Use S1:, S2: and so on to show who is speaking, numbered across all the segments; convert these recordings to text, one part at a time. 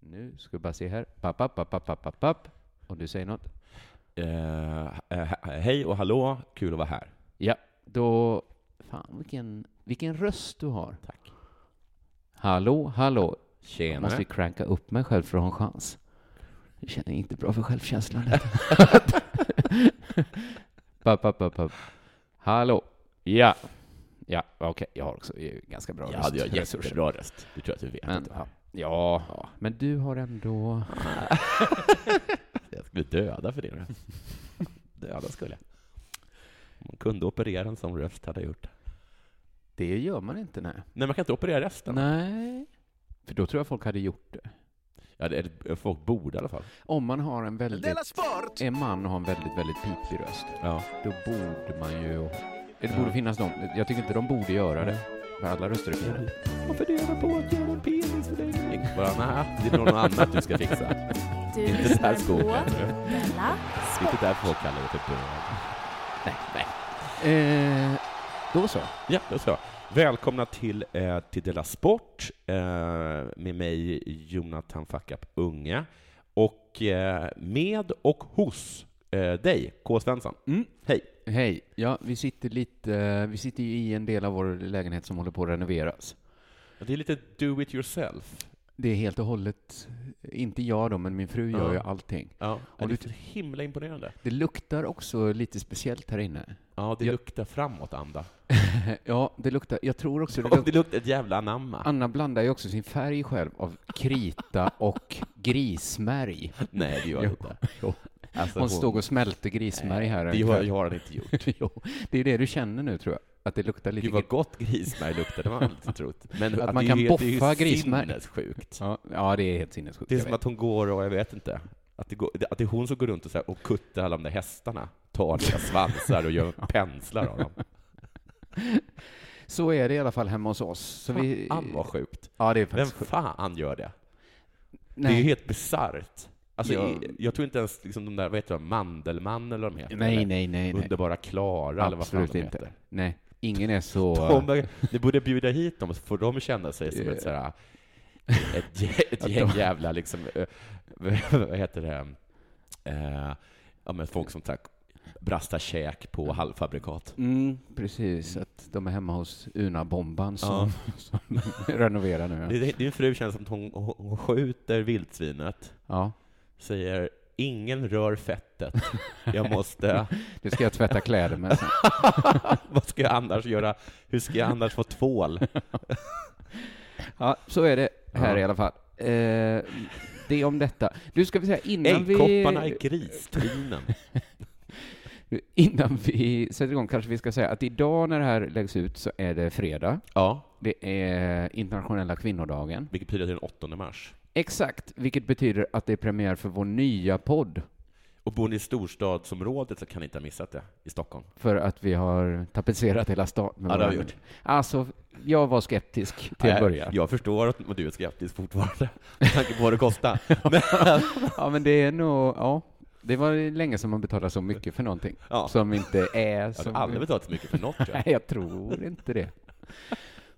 S1: nu ska vi bara se här. Papp, papp, papp, papp, papp, papp. Om du säger något.
S2: Eh, eh, hej och hallå, kul att vara här.
S1: Ja, då... Fan, vilken, vilken röst du har.
S2: Tack.
S1: Hallå, hallå. Jag
S2: Tjena.
S1: måste ju cranka upp mig själv för att ha en chans. Jag känner inte bra för självkänslan. papp, papp, papp, papp. Hallå. Ja. Ja, okej. Jag har också eh, ganska bra
S2: Jag
S1: röst.
S2: hade jag jättebra röst. Du tror att du vet
S1: Men,
S2: inte.
S1: ja. ja, men du har ändå...
S2: Jag skulle döda för det. döda skulle jag. Om Man kunde operera en sån röst hade jag gjort. det.
S1: Det gör man inte, nej.
S2: Nej, man kan inte operera resten.
S1: Nej. För då tror jag folk hade gjort det.
S2: Ja, det, eller folk borde i alla fall.
S1: Om man har en väldigt... En man har en väldigt, väldigt pipig röst,
S2: Ja.
S1: då borde man ju... Det
S2: Ja.
S1: borde finnas någon. Jag tycker inte de borde göra det. För alla röster är fina.
S2: Jag funderar på att göra en penisförlängning. Bara, nej, det är någon annat du ska fixa.
S3: Du
S2: Inte den här skogen.
S3: Della
S2: Det är inte därför folk kallar det för bög.
S1: Nej, nej. Eh, då så.
S2: Ja, det ska jag. Välkomna till, eh, till Della Sport eh, med mig, Jonathan Fackap Unge. Och eh, med och hos eh, dig, K. Svensson.
S1: Mm.
S2: Hej.
S1: Hej. Ja, vi sitter lite... Vi sitter ju i en del av vår lägenhet som håller på att renoveras.
S2: Det är lite do it yourself.
S1: Det är helt och hållet... Inte jag då, men min fru gör
S2: Ja.
S1: ju allting.
S2: Ja,
S1: Och
S2: det är
S1: du-
S2: så himla imponerande.
S1: Det luktar också lite speciellt här inne.
S2: Ja, det
S1: Ja.
S2: luktar framåt, Anda.
S1: Ja, det luktar... Jag tror också det
S2: Ja,
S1: luktar...
S2: det luktar ett jävla anamma.
S1: Anna blandar ju också sin färg själv av krita och grismärg.
S2: Nej, det gör det
S1: Ah. Jo,
S2: inte.
S1: jo.
S2: Alltså,
S1: Hon stod och smälte grismärg här.
S2: Det har, jag har den inte gjort.
S1: Jo, det är det du känner nu tror jag, att det luktar lite
S2: Gud vad gott grismärg luktar, det har man inte trott. Men
S1: Att man kan
S2: ju-
S1: boffa grismärg.
S2: Det är ju sinnessjukt.
S1: Ja, ja, det är helt sinnessjukt.
S2: Det är
S1: jag
S2: som
S1: vet.
S2: att hon går och, jag vet inte, att det, går, att det är hon som går runt och, så här, och kuttar alla de där hästarna, tar deras svansar och gör penslar av dem.
S1: Så är det i alla fall hemma hos oss. Så vi...
S2: Fan vad sjukt.
S1: Ja, det är
S2: Vem
S1: faktiskt sjukt.
S2: fan gör det? Det är ju
S1: Nej.
S2: helt bisarrt. Alltså,
S1: Ja.
S2: i- jag tror inte ens liksom, de där, vad heter de, Mandelmann eller vad de heter?
S1: nej,
S2: eller
S1: nej, nej, nej.
S2: Underbara Klara eller vad fan
S1: Absolut
S2: de
S1: inte.
S2: heter.
S1: Nej, ingen är så...
S2: De, ni borde bjuda hit dem, så får de känna sig som ett sådär, ett, gä- ett gäng jävla liksom, eh, vad heter det, eh, ja men folk som tack, brastar käk på halvfabrikat.
S1: Mm, precis, att de är hemma hos Una-bomban som,
S2: Ja.
S1: som renoverar nu.
S2: Det- det- Din fru känns som att hon, hon hon skjuter vildsvinet,
S1: Ja.
S2: säger ”ingen rör fettet, jag måste,
S1: Det ska jag tvätta kläder med sen.
S2: vad ska jag annars göra, hur ska jag annars få tvål?”
S1: Ja, så är det här
S2: Ja.
S1: i alla fall. Eh, det är om detta. Du, ska vi säga innan
S2: Äggkopparna
S1: vi,
S2: i gristinen.
S1: innan vi sätter igång kanske vi ska säga att idag när det här läggs ut så är det fredag.
S2: Ja,
S1: Det är internationella kvinnodagen.
S2: vilket betyder att det är den 8 mars.
S1: Exakt, vilket betyder att det är premiär för vår nya podd
S2: Och bor ni i storstadsområdet så kan ni inte ha missat det, i Stockholm.
S1: för att vi har tapetserat hela stan. med
S2: Ja, det
S1: våra-
S2: har vi gjort.
S1: Alltså, jag var skeptisk till
S2: Nej,
S1: att börja.
S2: Jag förstår att du är skeptisk fortfarande, med tanke på vad det kostar. Men,
S1: Ja, men det är nog, ja. Det var länge som man betalade så mycket för någonting
S2: ja,
S1: som inte är
S2: jag
S1: som...
S2: har aldrig betalat så mycket för något, tror
S1: Nej,
S2: jag.
S1: jag tror inte det.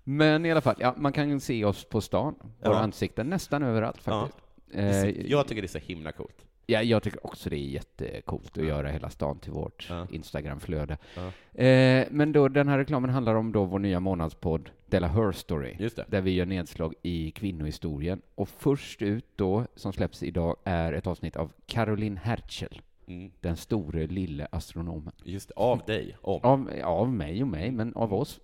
S1: Men i alla fall, ja, man kan ju se oss på stan, våra
S2: Ja.
S1: ansikten, nästan överallt faktiskt.
S2: Det är så-
S1: Eh,
S2: Jag tycker det är så himla coolt.
S1: ja, jag tycker också det är jättecoolt att
S2: Ja.
S1: göra hela stan till vårt
S2: Ja.
S1: Instagramflöde.
S2: Ja.
S1: Eh, men då, den här reklamen handlar om då vår nya månadspodd, Della Her Story,
S2: Just det.
S1: där vi gör nedslag i kvinnohistorien. Och först ut då, som släpps idag, är ett avsnitt av Caroline Hertzl,
S2: Mm,
S1: den store lille astronomen.
S2: just det. Av dig, om.
S1: Av, ja, av mig och mig, men av oss.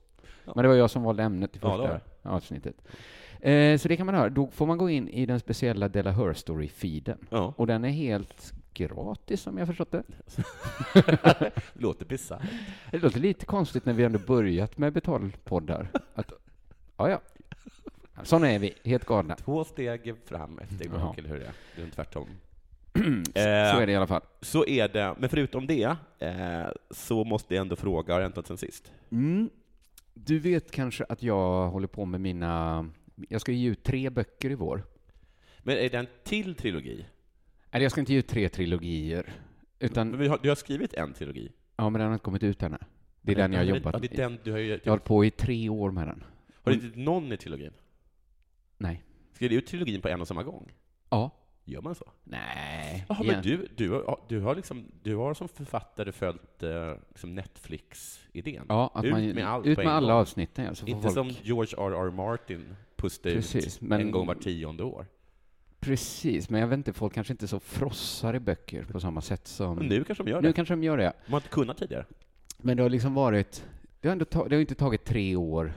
S2: Ja.
S1: Men det var jag som valde ämnet i
S2: Ja, det
S1: första
S2: var
S1: avsnittet. Eh, så det kan man höra. Då får man gå in i den speciella Della Her Story-feeden.
S2: Ja,
S1: Och den är helt gratis, som jag förstått det.
S2: det låter bisarrt.
S1: Det låter lite konstigt när vi ändå börjat med betalpoddar. Att, ja, ja. Såna är vi, helt galna.
S2: Två steg fram, ett steg
S1: Jaha.
S2: bak, eller hur det är. Det är tvärtom.
S1: Så är
S2: Eh,
S1: det i alla fall.
S2: så är det. Men förutom det, eh, så måste jag ändå fråga, har det hänt något sen sist?
S1: Mm. Du vet kanske att jag håller på med mina... Jag ska ge ut tre böcker i vår.
S2: Men är det en till trilogi?
S1: Eller jag ska inte ge ut tre trilogier. Utan
S2: Men vi har, du har skrivit en trilogi?
S1: Ja, men den har inte kommit ut ännu. Det är den jag har
S2: Ja,
S1: jobbat
S2: det är
S1: med.
S2: den du har ju...
S1: Jag har hållit på i tre år med den.
S2: Har du inte någon i trilogin?
S1: Nej.
S2: Skrev du ut trilogin på en och samma gång?
S1: Ja.
S2: Gör man så?
S1: Nej.
S2: Jaha,
S1: igen.
S2: men du, du, har- du, har liksom, du har som författare följt eh, liksom Netflix-idén?
S1: ja, att
S2: ut
S1: man,
S2: med allt
S1: ut
S2: på
S1: med
S2: en
S1: alla
S2: gång.
S1: avsnitten. Ja, så får
S2: Inte
S1: folk,
S2: som George R.R. Martin pustade
S1: Precis,
S2: ut
S1: men- Mm.
S2: en gång var tionde år.
S1: Precis, men jag vet inte, folk kanske inte så frossar i böcker på samma sätt som...
S2: Men nu kanske de gör det.
S1: nu kanske de gör det.
S2: De har inte kunnat tidigare.
S1: Men det har liksom varit... Det har, ändå ta, det har inte tagit tre år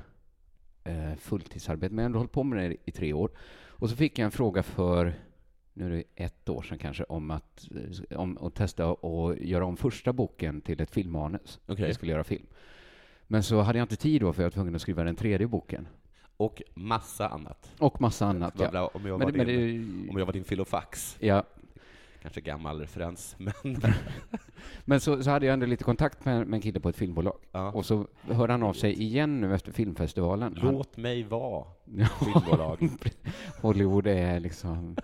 S1: eh, fulltidsarbete, men jag har ändå hållit på med det i tre år. Och så fick jag en fråga för, nu är det ett år sedan kanske, om att, eh, om, att testa och göra om första boken till ett filmmanus.
S2: Okej.
S1: Jag skulle göra film. Men så hade jag inte tid då, för jag var tvungen att skriva den tredje boken.
S2: Och massa annat.
S1: Och massa annat.
S2: Bla,
S1: Ja.
S2: bla, om, jag var
S1: Men, men
S2: din,
S1: det,
S2: om jag var din filofax.
S1: ja,
S2: Kanske gammal referens, men...
S1: Men så, så hade jag ändå lite kontakt med, med en kille på ett filmbolag.
S2: Ja.
S1: Och så hörde han av sig igen nu efter filmfestivalen. Han,
S2: Låt mig vara,
S1: Ja.
S2: filmbolag.
S1: Hollywood är liksom...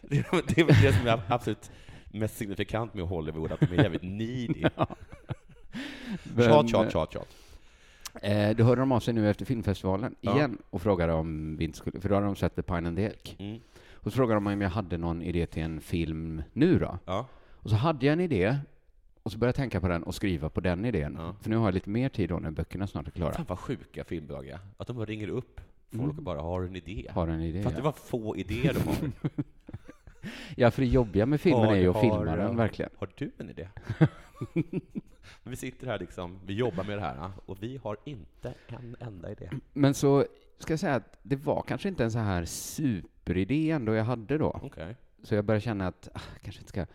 S2: Det är det är väl det som är absolut mest signifikant med Hollywood, att de är jävligt needy. Tjat, tjat, tjat, tjat.
S1: Eh, då hörde de av sig nu efter filmfestivalen
S2: Ja.
S1: igen och frågade om vi inte skulle... För då hade de sett The Pine and the Elk.
S2: Mm.
S1: Och så frågade de om jag hade någon idé till en film nu då.
S2: Ja.
S1: Och så hade jag en idé och så började jag tänka på den och skriva på den idén.
S2: Ja.
S1: För nu har jag lite mer tid då när böckerna snart är klara.
S2: Fan vad sjuka filmbolag är. Att de bara ringer upp folk och bara har en idé.
S1: Har en idé.
S2: För att det
S1: ja.
S2: var få idéer de har.
S1: Ja, för det jobbiga med filmen
S2: Har-
S1: är ju att
S2: har,
S1: filma
S2: eh,
S1: den verkligen.
S2: Har du en idé? vi sitter här liksom, vi jobbar med det här ja, och vi har inte en enda idé.
S1: Men så ska jag säga att det var kanske inte en så här superidé ändå jag hade då.
S2: Okej.
S1: Så jag började känna att, ah, kanske inte ska.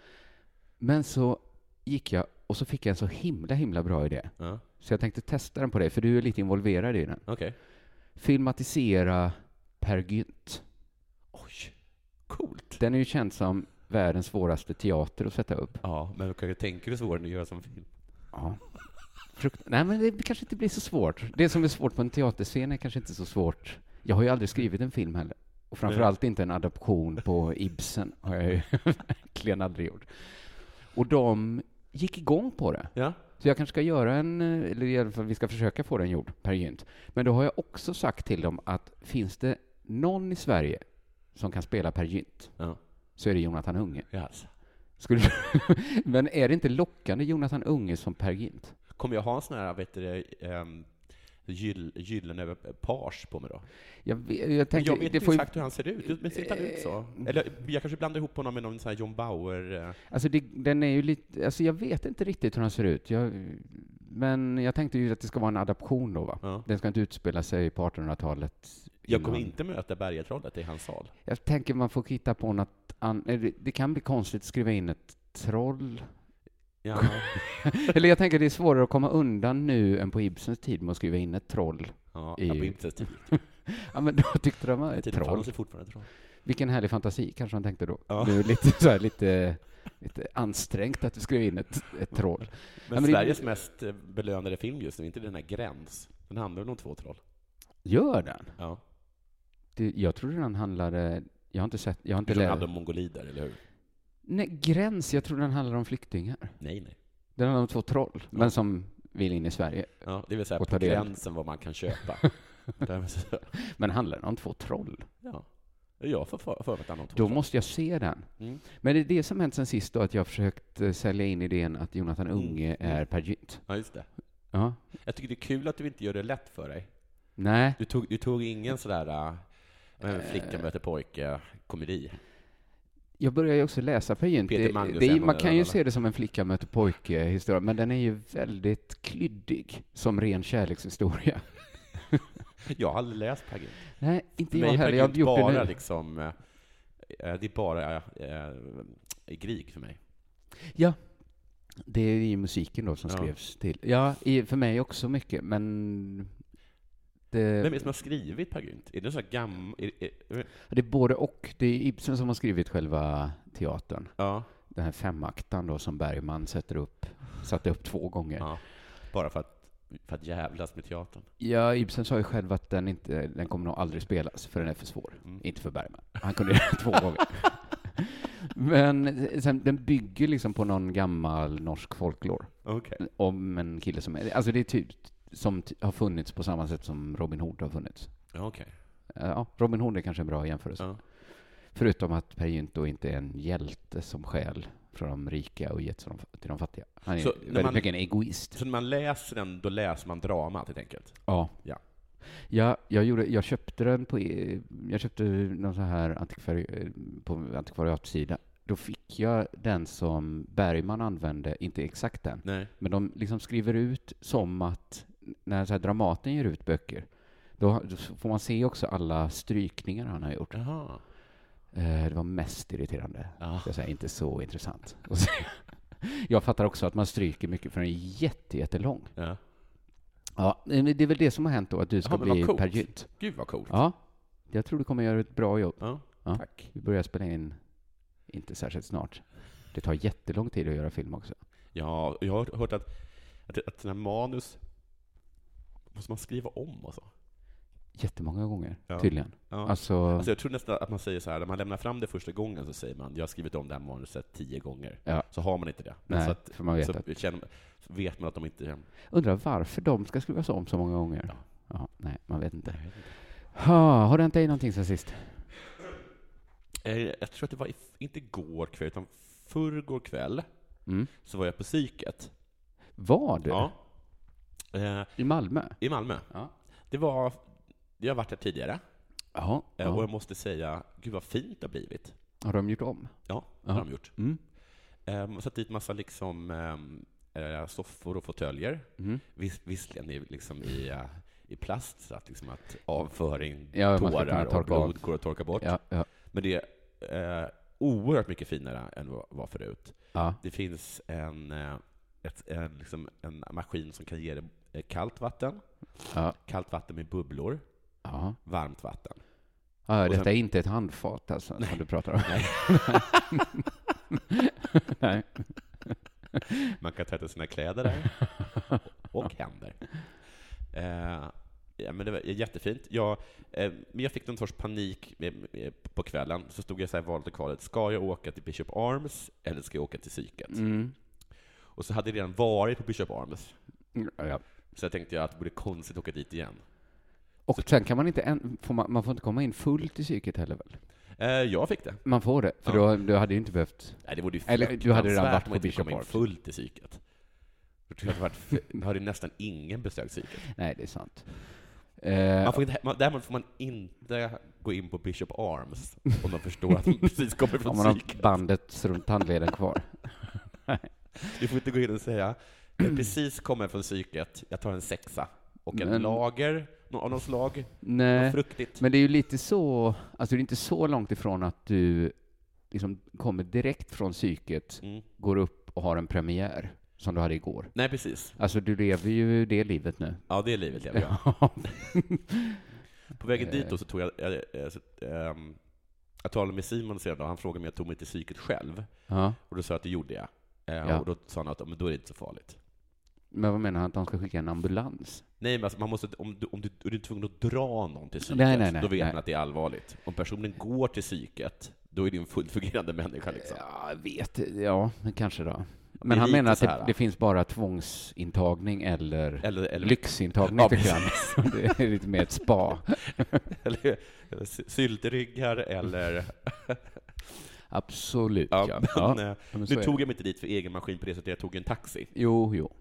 S1: Men så gick jag och så fick jag en så himla, himla bra idé.
S2: Ja.
S1: Så jag tänkte testa den på dig, för du är lite involverad i den.
S2: Okej.
S1: Filmatisera Per Gynt.
S2: Oj, coolt.
S1: Den är ju känd som världens svåraste teater att sätta upp.
S2: Ja, men kan jag tänker du svårare än att göra som film?
S1: Ja. Frukt... Nej, men det kanske inte blir så svårt. Det som är svårt på en teaterscen är kanske inte så svårt. Jag har ju aldrig skrivit en film heller. Och framförallt inte en adaption på Ibsen har jag ju verkligen aldrig gjort. Och de gick igång på det.
S2: Ja.
S1: Så jag kanske ska göra en, eh, eller i alla fall vi ska försöka få den gjord, Peer Gynt. Men då har jag också sagt till dem att finns det någon i Sverige som kan spela Peer Gynt
S2: Ja.
S1: så är det Jonathan Unge.
S2: Yes.
S1: Skulle... Men är det inte lockande Jonathan Unge som Peer Gynt?
S2: Kommer jag ha en sån här, vet du det, ehm, gyll, gyllene page på mig då?
S1: Jag, vet- jag
S2: Men
S1: tänkte,
S2: jag vet
S1: det
S2: inte
S1: får ju, Mm.
S2: exakt hur han ser ut, men ser inte han ut så? Eller jag kanske blandar ihop honom med någon sån här John Bauer... eh,
S1: alltså det, den är ju lite, alltså jag vet inte riktigt hur han ser ut. Jag, men jag tänkte ju att det ska vara en adaption då, va?
S2: Ja.
S1: Den ska inte utspela sig på 1800-talet.
S2: Jag kommer
S1: innan.
S2: inte möta Bergatrollet i hans sal.
S1: Jag tänker man får hitta på något annat. Det, det kan bli konstigt att skriva in ett troll.
S2: Ja.
S1: Eller jag tänker det är svårare att komma undan nu än på Ibsens tid med att skriva in ett troll.
S2: Ja,
S1: I-
S2: ja, på Ibsens tid.
S1: Ja, men då tyckte de att ett
S2: Tiden
S1: troll.
S2: fanns det fortfarande troll.
S1: Vilken härlig fantasi, kanske de tänkte då.
S2: Ja.
S1: Nu är det lite, så här, lite, lite ansträngt att du skrev in ett, ett troll.
S2: Men,
S1: Ja, men det-
S2: Sveriges mest eh, belönade film just nu, inte den här Gräns. Den handlar väl om två troll?
S1: Gör den?
S2: Ja.
S1: Det, jag trodde den handlade... Jag har inte sett... Jag har inte
S2: Den handlar
S1: läst...
S2: om mongolider, eller hur?
S1: Nej, gräns. Jag trodde den handlade om flyktingar.
S2: Nej, nej.
S1: Den handlar om två troll, men som vill in i Sverige.
S2: Ja, det vill säga
S1: Och
S2: på
S1: ta del.
S2: gränsen vad man kan köpa. Där- så-
S1: Men handlar den om två troll?
S2: ja. Jag får för för mig att han har två
S1: Då
S2: troll.
S1: måste jag se den.
S2: Mm.
S1: Men det är det som hänt sen sist då, att jag har försökt eh, sälja in idén att Jonathan Unge
S2: Mm.
S1: är Peer Gynt.
S2: Ja, just det.
S1: Ja.
S2: Jag tycker det är kul att du inte gör det lätt för dig.
S1: Nej.
S2: Du tog, du tog ingen sådär äh, flicka möter pojke-komedi.
S1: Jag börjar ju också läsa Peer Gynt.
S2: Peter
S1: Det-
S2: Magnus
S1: det är-
S2: är
S1: Man
S2: någon
S1: kan ju
S2: av
S1: se det som en flicka möter pojke-historia, men den är ju väldigt klyddig som ren kärlekshistoria.
S2: Jag har aldrig läst Peer Gynt.
S1: Nej, inte
S2: För
S1: jag
S2: mig är Peer
S1: heller. Jag har
S2: Gynt
S1: gjort det
S2: bara
S1: nu.
S2: liksom... eh, eh, Det är bara eh, Grieg för mig.
S1: Det är ju musiken då som
S2: Ja.
S1: skrevs till. Ja, i, för mig också mycket, men... Det, Eh.
S2: Vem är det som har skrivit Peer Gynt? Är det någon sån här gammal...
S1: det är både och. Det är Ibsen som har skrivit själva teatern.
S2: Ja,
S1: Den här femaktaren då som Bergman sätter upp, satte upp två gånger. Ja.
S2: ja. Bara för att, för att jävlas med teatern.
S1: Ibsen sa ju själv att den, inte, den kommer nog aldrig spelas, för den är för svår.
S2: Mm.
S1: Inte för Bergman. Han kunde göra två gånger. Men eh, sen, den bygger liksom på någon gammal norsk folklore.
S2: Okej.
S1: om en kille som är, alltså det är typ som t- har funnits på samma sätt som Robin Hood har funnits.
S2: Ja, Okej.
S1: Eh, Ja, Robin Hood är kanske en bra jämförelse.
S2: Ja.
S1: Förutom att Per Junto inte är en hjälte som stjäl från de rika och gett till de- till de fattiga. Han är
S2: Så när
S1: väldigt
S2: man-
S1: mycket en egoist.
S2: Så när man läser den, då läser man dramat helt enkelt?
S1: Ja.
S2: Ja.
S1: Ja, jag, gjorde, jag köpte den på, eh, jag köpte någon sån här antikvari, eh, på antikvariatsida. Då fick jag den som Bergman använde, inte exakt den,
S2: Nej.
S1: men de liksom skriver ut som att när så här Dramaten ger ut böcker, då, då får man se också alla strykningar han har gjort.
S2: Jaha.
S1: Eh, Det var mest irriterande.
S2: Ja.
S1: Jag säger inte så intressant. Och så- Jag fattar också att man stryker mycket för den är jätte, jättelång.
S2: Ja.
S1: Ja, men det är väl det som har hänt då, att du ska
S2: Jaha, men vad
S1: bli
S2: coolt.
S1: Peer Gynt.
S2: Gud vad coolt.
S1: Ja, jag tror du kommer göra ett bra jobb.
S2: Ja,
S1: Ja.
S2: Tack.
S1: Vi börjar spela in, inte särskilt snart. Det tar jättelång tid att göra film också.
S2: Ja, och jag har hört att, att, att sina manus måste man skriva om och så.
S1: Jättemånga gånger,
S2: Ja.
S1: tydligen.
S2: Ja. Alltså,
S1: Alltså,
S2: jag tror nästan att man säger så här, när man lämnar fram det första gången så säger man jag har skrivit om det här manuset tio gånger.
S1: Ja.
S2: Så har man inte det. Men
S1: nej,
S2: så alltså att,
S1: för man vet
S2: så,
S1: att...
S2: känner, så vet man att de inte...
S1: Undrar varför de ska skrivas om så många gånger?
S2: Ja.
S1: Ja. nej, man vet inte.
S2: Nej.
S1: Ha, har det hänt dig någonting sen sist?
S2: Eh, Jag tror att det var, i- inte igår kväll, utan förrgår kväll,
S1: Mm.
S2: så var jag på psyket.
S1: Var du?
S2: Ja. Eh,
S1: I Malmö?
S2: I Malmö.
S1: Ja.
S2: Det var... Jag har varit där tidigare,
S1: Ja.
S2: eh, och jag måste säga, gud vad fint det har blivit.
S1: Har de gjort om?
S2: Ja, det
S1: Ja.
S2: har de gjort.
S1: Mm.
S2: Um, satt dit massa liksom, ehm, eh, soffor och fåtöljer.
S1: Mm.
S2: Vis, visserligen i, liksom i, eh, i plast, så att, liksom att avföring,
S1: Ja, man ska kunna
S2: tårar och
S1: torka
S2: blod
S1: av.
S2: går att torka bort.
S1: Ja, ja.
S2: Men det är eh, oerhört mycket finare än vad vad förut.
S1: ja.
S2: Det finns en, eh, ett, en, liksom en maskin som kan ge dig eh, kallt vatten,
S1: ja.
S2: kallt vatten med bubblor,
S1: ja.
S2: varmt vatten.
S1: Ja,
S2: Och
S1: detta
S2: sen-
S1: är inte ett handfat alltså, som du pratar om.
S2: Nej.
S1: Nej.
S2: Man kan tvätta sina kläder där, och händer. Eh, ja, men det var jättefint. Jag, eh, men jag fick någon sorts panik eh, eh, på kvällen, så stod jag så här i valet och kvalet. Ska jag åka till Bishop Arms eller ska jag åka till psyket?
S1: Mm.
S2: Och så hade jag redan varit på Bishop Arms,
S1: Ja, ja.
S2: så jag tänkte jag att det vore konstigt att åka dit igen.
S1: Och sen kan man inte, en, får man, man får inte komma in fullt i psyket heller väl?
S2: Eh, jag fick det.
S1: Man får det, för då, du hade ju inte behövt...
S2: Nej, det vore ju
S1: Eller, du hade redan varit
S2: fruktansvärt om
S1: på
S2: man inte
S1: Bishop
S2: kom in
S1: Arms.
S2: fullt i psyket. Då tror jag att det varit- då hade nästan ingen besökt psyket.
S1: Nej, det är sant. Eh,
S2: Man får inte, man, däremot får man inte gå in på Bishop Arms om de förstår att man precis kommer
S1: om
S2: från
S1: man
S2: psyket.
S1: har bandet runt tandleden kvar.
S2: Du får inte gå in och säga
S1: Mm.
S2: jag precis kommer från psyket, jag tar en sexa och en
S1: Men-
S2: lager nå- av något slag. Vad
S1: Nej,
S2: fruktigt.
S1: men det är ju lite så, alltså det är inte så långt ifrån att du liksom kommer direkt från psyket,
S2: Mm.
S1: går upp och har en premiär, som du hade igår.
S2: Nej, precis.
S1: Alltså du lever ju det livet nu.
S2: Ja, det är livet lever jag. På vägen
S1: Eh.
S2: dit då så tog jag, jag, jag, så, ehm, jag talade med Simon senare och han frågade om jag tog mig till psyket själv.
S1: ja.
S2: Och då sa jag att det gjorde jag. Eh,
S1: Ja.
S2: Och då sa han att "Ja, men då är det inte så farligt.
S1: Men vad menar han, att de ska skicka en ambulans?
S2: Nej, men alltså, man måste, om, du, om du, är du tvungen att dra någon till psyket,
S1: Nej, nej, nej,
S2: då vet
S1: nej.
S2: man att det är allvarligt. Om personen går till psyket, då är det en fullt fungerande människa. Liksom.
S1: Eh, Ja, jag vet Ja, men kanske då.
S2: Det är
S1: Men han
S2: lite
S1: menar att
S2: så
S1: det,
S2: här.
S1: det finns bara tvångsintagning eller,
S2: Eller, eller,
S1: lyxintagning,
S2: Ja,
S1: tycker han. Det är lite mer ett spa.
S2: eller, eller sy- syltryggar, eller...
S1: Absolut,
S2: Ja,
S1: ja. ja.
S2: men, eh,
S1: men så
S2: nu
S1: är
S2: tog
S1: det.
S2: jag mig inte dit för egen maskin på det sättet, jag tog en taxi.
S1: Jo, jo.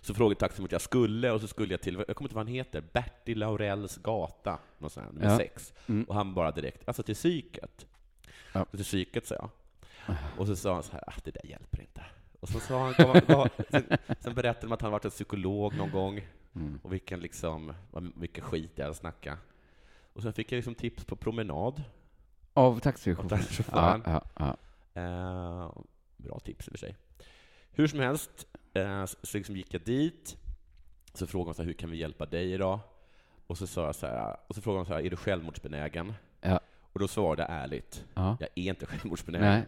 S2: Så frågade taxin vart jag skulle, och så skulle jag till, jag kommer inte ihåg vad han heter, Bertil Laurells gata, något sånt här, nummer
S1: Ja.
S2: sex.
S1: Mm.
S2: Och han bara direkt, alltså till psyket.
S1: Ja.
S2: Och Till psyket, sa jag. Och så sa han så här, ah, det där hjälper inte. Och så sa han, gav, gav, sen, sen berättade de att han varit en psykolog någon gång,
S1: Mm.
S2: och vilken, liksom, vad- vilken skit jag hade snackat. Och sen fick jag liksom tips på promenad.
S1: Av
S2: Och
S1: taxichauffören. Ja,
S2: taxichauffören.
S1: ja, ja.
S2: Eh, bra tips i och för sig. Hur som helst, eh, så liksom gick jag dit, så frågade hon så här, hur kan vi hjälpa dig idag? Och så, sa jag så här, och så frågade hon så här, är du självmordsbenägen?
S1: Ja.
S2: Och då svarade jag ärligt,
S1: ja.
S2: jag är inte självmordsbenägen.
S1: Nej.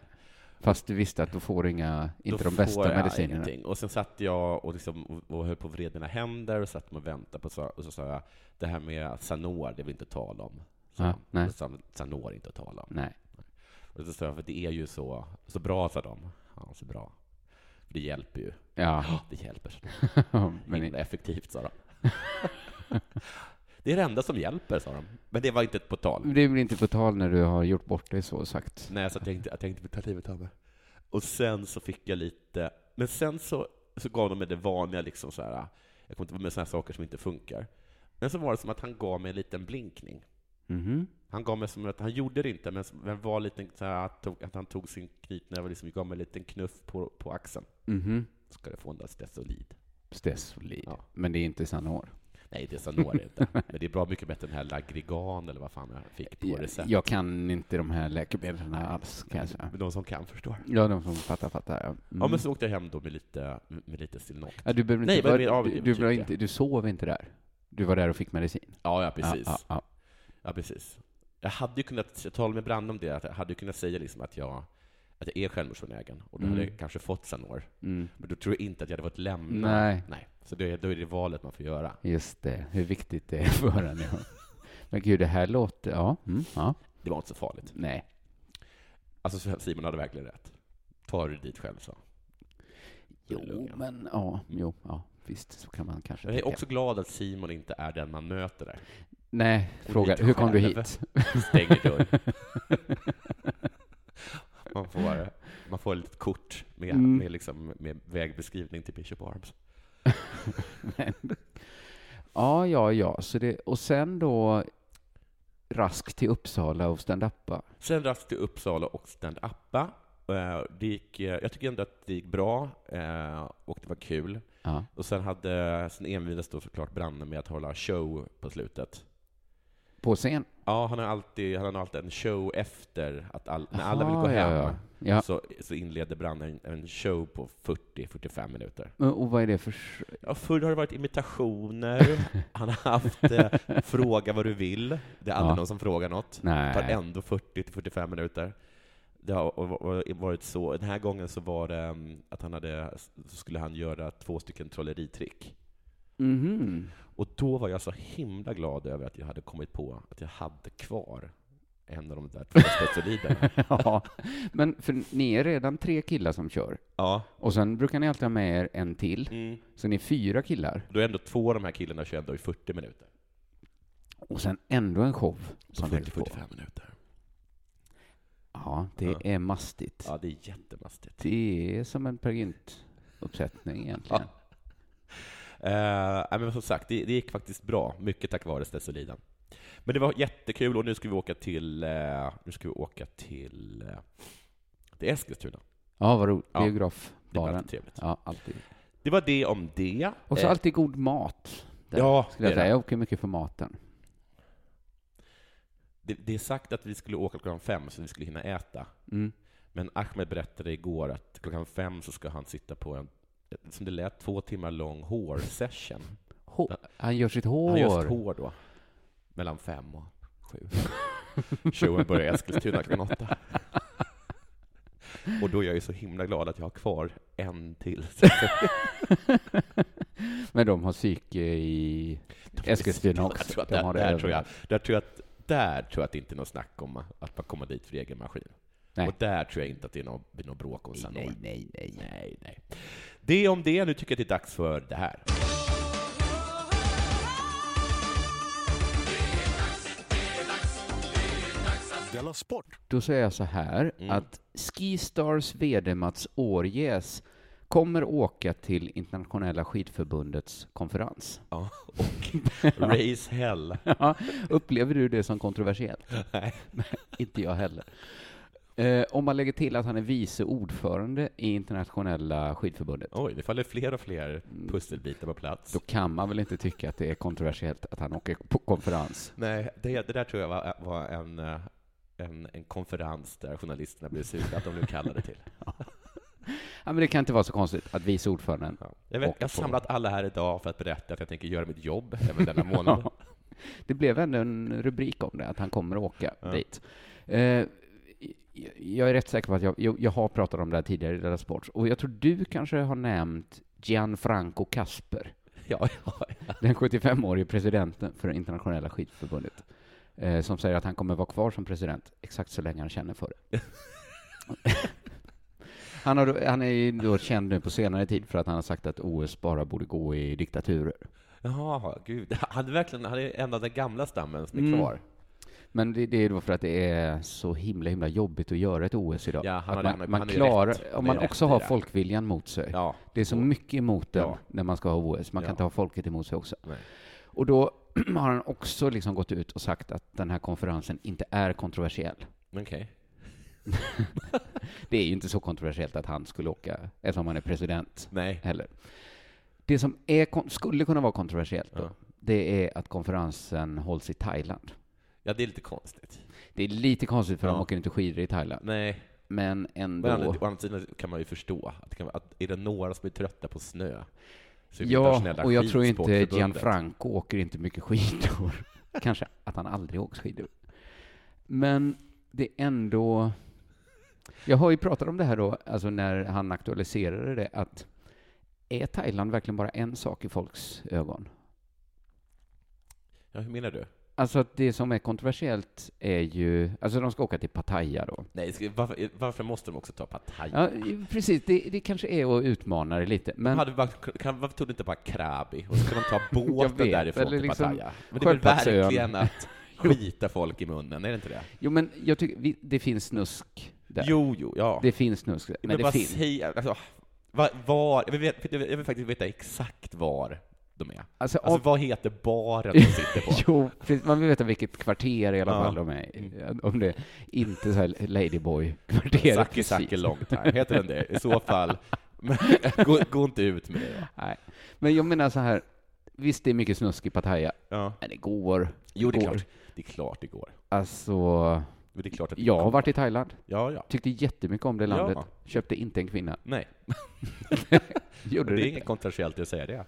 S1: Fast du visste att då får du inga,
S2: Då
S1: inte de
S2: får
S1: bästa
S2: jag
S1: medicinerna.
S2: ingenting. Och sen satt jag och, liksom, och- och höll på att vrida mina händer och satt och väntade på, och så, och så sa jag, det här med Sanor, det vill inte tala om. Så,
S1: Ja, nej.
S2: Sanor är inte att tala om.
S1: Nej.
S2: Och så sa jag, för det är ju så, så bra, sa de. Ja, så bra. Det hjälper ju.
S1: Ja.
S2: Ja, det hjälper.
S1: Men,
S2: Himla effektivt, sa de. Det är det enda som hjälper, sa de. Men det var inte på tal.
S1: Det blir inte på tal när du har gjort bort dig så sagt.
S2: Nej, så att jag inte, att jag inte vill ta livet av mig. Och sen så fick jag lite, men sen så, så gav de mig det vanliga liksom så här, jag kommer inte vara med sådana saker som inte funkar. Men så var det som att han gav mig en liten blinkning.
S1: Mhm.
S2: Han gav mig som att, han gjorde det inte, men som- men var lite så här, att, tog, att han tog sin knytnäve liksom gav mig en liten knuff på, på axeln.
S1: Mhm.
S2: Ska det få en stesolid?
S1: Stesolid.
S2: Ja.
S1: Men det är inte Sanor.
S2: Nej, det är så når det inte. Men det är bra mycket bättre än den här Lagrigan eller vad fan jag fick på recept.
S1: Jag kan inte de här läkemedlen alls, kan jag säga.
S2: Men de som kan förstår.
S1: Ja, de som fattar, fattar. Ja. Mm.
S2: Ja, men så åkte jag hem då med lite, med lite Stilnoc.
S1: Ja, du behöver inte
S2: Nej, men mer
S1: vara,
S2: av-
S1: du, du, var
S2: tyckte.
S1: inte, du sov inte där. Du var där och fick medicin.
S2: Ja, ja, precis.
S1: Ja, ja,
S2: Ja, precis. Jag hade ju kunnat, jag talade med Brand om det, att jag hade ju kunnat säga liksom att jag, att jag är självmordsbenägen, och då
S1: Mm.
S2: hade jag kanske fått Sanor.
S1: ja. Mm.
S2: Men då tror jag inte att jag hade fått lämna.
S1: Nej,
S2: Nej. Så då är, då är det valet man får göra.
S1: just det. Hur viktigt det är för henne. ja. Men gud, det här låter... Ja. Mm, ja.
S2: Det var inte så farligt.
S1: Nej.
S2: Alltså så Simon hade verkligen rätt. Ta du dit själv, så.
S1: Jo, men ja. Jo, ja. Visst, så kan man kanske
S2: Jag är
S1: tänka.
S2: också glad att Simon inte är den man möter där.
S1: Nej, frågar.
S2: lite
S1: Hur kom du
S2: själv.
S1: hit?
S2: Stänger dörren. Man får, man får ett litet kort med,
S1: Mm.
S2: med, liksom, med vägbeskrivning till Bishop Arms.
S1: Ja, ja, ja. Så det, och sen då Rask till Uppsala och stand-uppa.
S2: Sen raskt till Uppsala och stand-uppa. Eh, Det gick, eh, jag tycker ändå att det gick bra eh, och det var kul.
S1: Ja.
S2: Och sen, hade, sen envidades då såklart Branne med att hålla show på slutet.
S1: På scen.
S2: Ja, han har alltid, han har alltid en show efter att all, när alla vill gå
S1: Aha,
S2: hem
S1: Ja, ja. ja.
S2: Så, så inleder Branne en, en show på 40-45 minuter.
S1: Men, Och vad är det för... s-
S2: Ja, förr har det varit imitationer, han har haft eh, ”fråga vad du vill”, det är aldrig
S1: Ja.
S2: någon som frågar något. Det tar
S1: Nej.
S2: ändå 40-45 minuter. Det har och- och- och varit så. Den här gången så var det mm, att han hade, så skulle han göra två stycken trolleritrick.
S1: Mhm.
S2: Och då var jag så himla glad över att jag hade kommit på att jag hade kvar en av de där två spetsoliderna.
S1: ja. Men för ni är redan tre killar som kör.
S2: Ja.
S1: Och sen brukar ni alltid ha med er en till.
S2: Mm.
S1: Så ni är fyra killar.
S2: Då är ändå två av de här killarna kör ändå i 40 minuter.
S1: Och sen ändå en show som höll på.
S2: 40-45 minuter.
S1: Ja, det
S2: Ja.
S1: är mastigt.
S2: Ja, det är jättemastigt.
S1: Det är som en Per Gynt-uppsättning egentligen.
S2: Eh, nej, men som sagt, det, det gick faktiskt bra, mycket tack vare Stesoliden. Men det var jättekul och nu ska vi åka till, eh, nu ska vi åka till, eh, till Eskilstuna.
S1: Ja, vad roligt.
S2: Ja. Det var
S1: Biografbaren.
S2: alltid trevligt.
S1: Ja, alltid.
S2: Det var det om det.
S1: Och så
S2: Eh,
S1: alltid god mat. där,
S2: ja, det,
S1: Skulle
S2: är
S1: jag, säga.
S2: det.
S1: jag åker mycket för maten.
S2: Det, det är sagt att vi skulle åka klockan fem så vi skulle hinna äta.
S1: Mm.
S2: Men Ahmed berättade igår att klockan fem så ska han sitta på en, som det lät, två timmar lång hårsession.
S1: Hår. Han gör sitt hår.
S2: Han gör sitt hår då. Mellan fem och sju. Showen börjar i Eskilstuna klockan åtta. Och då är jag ju så himla glad att jag har kvar en till.
S1: Men de har psyke i Eskilstuna också.
S2: Jag tror att
S1: De har
S2: där,
S1: det
S2: där, tror jag,
S1: överallt.
S2: där tror jag att där tror jag att det inte är något snack om att man kommer dit för egen maskin.
S1: Nej.
S2: Och där tror jag inte att det är något, blir något bråk om sen.
S1: Nej, nej, nej.
S2: nej, nej. Det om det. Nu tycker jag att det är dags för det här.
S3: Della Sport!
S1: Då säger jag så här
S2: Mm.
S1: att Skistars VD Mats Årjäs kommer åka till Internationella skidförbundets konferens.
S2: Ja, och Raise Hell.
S1: Ja, Upplever du det som kontroversiellt?
S2: Nej.
S1: Inte jag heller. Eh, om man lägger till att han är vice ordförande i internationella skidförbundet, mm,
S2: Oj, det faller fler och fler pusselbitar på plats.
S1: då kan man väl inte tycka att det är kontroversiellt att han åker på konferens?
S2: Nej, det, det där tror jag var, var en, eh, en, en konferens där journalisterna blev sura att de blev kallade till.
S1: Ja, men det kan inte vara så konstigt att vice ordföranden...
S2: Ja. Jag, vet,
S1: Och
S2: jag har
S1: på-
S2: samlat alla här idag för att berätta att jag tänker göra mitt jobb även denna månad.
S1: Det blev ändå en rubrik om det, att han kommer åka
S2: Ja.
S1: dit. Eh, jag är rätt säker på att jag, jag, jag har pratat om det här tidigare i Della Sports, och jag tror du kanske har nämnt Gianfranco Casper.
S2: Ja, ja,
S1: den 75-årige presidenten för det internationella skidförbundet, eh, som säger att han kommer vara kvar som president exakt så länge han känner för det. han, har, då- han är ju då känd nu på senare tid för att han har sagt att OS bara borde gå i diktaturer.
S2: Jaha, gud. Han är verkligen, han är en av den gamla stammen som är
S1: Mm.
S2: kvar.
S1: Men det, det är då för att det är så himla himla jobbigt att göra ett OS idag.
S2: Ja, han
S1: att man,
S2: har- han har-
S1: man
S2: han har ju rätt.
S1: klarar, om
S2: Han har
S1: man
S2: ju rätt
S1: också
S2: i
S1: har
S2: det.
S1: folkviljan mot sig.
S2: Ja.
S1: Det är så mycket emot den
S2: Ja.
S1: när man ska ha OS. Man kan
S2: Ja.
S1: inte ha folket emot sig också.
S2: Nej.
S1: Och då har han också liksom gått ut och sagt att den här konferensen inte är kontroversiell.
S2: Okej.
S1: Det är ju inte så kontroversiellt att han skulle åka, eftersom han är president
S2: Nej.
S1: heller. Det som är, kon- skulle kunna vara kontroversiellt då,
S2: Ja.
S1: det är att konferensen hålls i Thailand.
S2: Ja, det är lite konstigt.
S1: Det är lite konstigt för de
S2: Ja.
S1: åker inte skidor i Thailand,
S2: Nej.
S1: men
S2: Men å
S1: ändå.
S2: andra- å andra sidan kan man ju förstå att, det kan, vara- att är det några som är trötta på snö så är det
S1: Ja,
S2: internationella
S1: och jag tror inte
S2: skidsportförbundet.
S1: Gianfranco åker inte mycket skidor. Kanske att han aldrig åkt skidor. Men det är ändå... Jag har ju pratat om det här då, alltså när han aktualiserade det, att är Thailand verkligen bara en sak i folks ögon?
S2: Ja, hur menar du?
S1: Alltså att det som är kontroversiellt är ju... Alltså de ska åka till Pattaya då.
S2: Nej, ska, varför, varför måste de också ta Pattaya?
S1: Ja, precis. Det, det kanske är att utmana det lite. Men
S2: Hade vi bara, kan, varför tog du inte bara Krabi och så kan de ta
S1: Jag
S2: båten
S1: vet,
S2: därifrån
S1: eller
S2: till
S1: liksom
S2: Pattaya? Men det är väl
S1: Sjöplatsön.
S2: verkligen att skita folk i munnen, är det inte det?
S1: jo, men jag tycker vi, det finns snusk där.
S2: Jo, jo, ja.
S1: Det finns snusk. där. Men,
S2: men
S1: det
S2: bara
S1: finns.
S2: säg, alltså, var, var jag, vill, veta- jag vill faktiskt veta exakt var de är.
S1: Alltså,
S2: Alltså,
S1: av-
S2: vad heter baren de sitter på?
S1: Jo, precis. man vill veta vilket kvarter i alla
S2: Ja.
S1: fall de är i. Om det inte så här Ladyboy-kvarteret.
S2: Saki
S1: precis.
S2: Saki Long Time, heter den det? I så fall, men, gå, gå inte ut med det.
S1: Nej. Men jag menar så här, visst det är mycket snusk i Pattaya,
S2: Ja.
S1: men det går.
S2: Jo, det är
S1: går.
S2: klart. Det är klart det går.
S1: Alltså,
S2: Men Det är klart att det
S1: jag har
S2: går.
S1: varit i Thailand,
S2: Ja, ja.
S1: tyckte jättemycket om det
S2: Ja.
S1: landet, köpte inte en kvinna.
S2: Nej,
S1: Gjorde
S2: det
S1: det
S2: är
S1: inte.
S2: inget kontroversiellt i att säga det.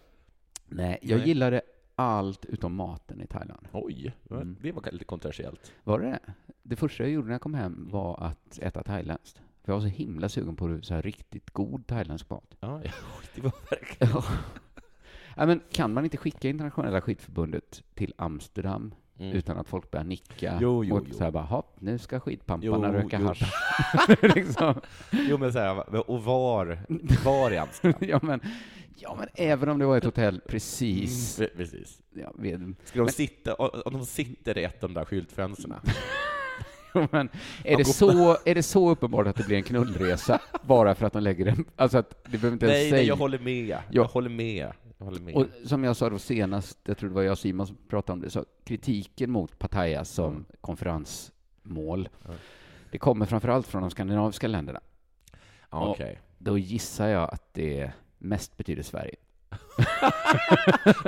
S1: Nej, jag
S2: Nej.
S1: gillade allt utom maten i Thailand.
S2: Oj,
S1: Mm.
S2: det var lite kontroversiellt.
S1: Var det det? Det första jag gjorde när jag kom hem var att äta thailändskt. För jag var så himla sugen på så här riktigt god thailändsk mat.
S2: Ja, ja. Det var verkligen...
S1: Ja. Nej, men kan man inte skicka internationella skidförbundet till Amsterdam
S2: Mm.
S1: utan att folk börjar nicka?
S2: Jo, jo,
S1: och
S2: jo.
S1: så här bara, hopp, nu ska skidpamparna
S2: Jo,
S1: röka
S2: jo.
S1: hasch. liksom.
S2: Jo, men så här, och var, var i Amsterdam?
S1: ja, men, ja, men även om det var ett hotell precis
S2: Pre- Precis.
S1: ja, vid,
S2: Ska de sitta, om de sitter i ett av de där skyltfönstren?
S1: Ja, men är, det
S2: går-
S1: så, är det så uppenbart att det blir en knullresa bara för att de lägger en... Alltså, att det behöver inte ens
S2: Nej,
S1: säga.
S2: nej, jag håller med. Jag,
S1: Ja.
S2: håller med. Jag håller med.
S1: Och som jag sa då senast, jag tror det var jag och Simon som pratade om det, så kritiken mot Pattaya som
S2: Mm.
S1: konferensmål,
S2: Ja.
S1: det kommer framförallt från de skandinaviska länderna.
S2: ja, okej.
S1: Då gissar jag att det mest betyder Sverige.
S2: Jag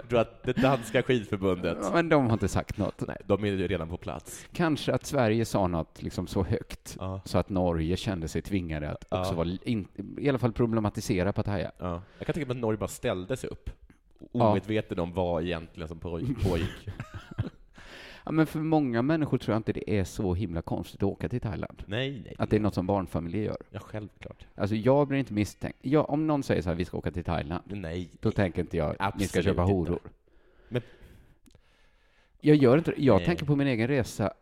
S2: tror att det danska skidförbundet,
S1: Ja, Men de har inte sagt något.
S2: nej, de är ju redan på plats.
S1: Kanske att Sverige sa något liksom så högt
S2: Ja.
S1: så att Norge kände sig tvingade att
S2: Ja.
S1: också vara, in, i alla fall problematisera Pattaya.
S2: Ja. Jag kan tänka mig att Norge bara ställde sig upp,
S1: Ja.
S2: omedveten om vad egentligen som pågick. pågick.
S1: Ja, men för många människor tror jag inte det är så himla konstigt att åka till Thailand.
S2: nej, nej.
S1: Att det är något som barnfamiljer gör.
S2: Ja, självklart.
S1: Alltså jag blir inte misstänkt. Ja, om någon säger så här, vi ska åka till Thailand,
S2: Nej.
S1: då tänker inte jag, ni ska
S2: Absolut
S1: köpa
S2: inte.
S1: horor.
S2: Men-
S1: Jag gör inte det. Jag
S2: Nej.
S1: tänker på min egen resa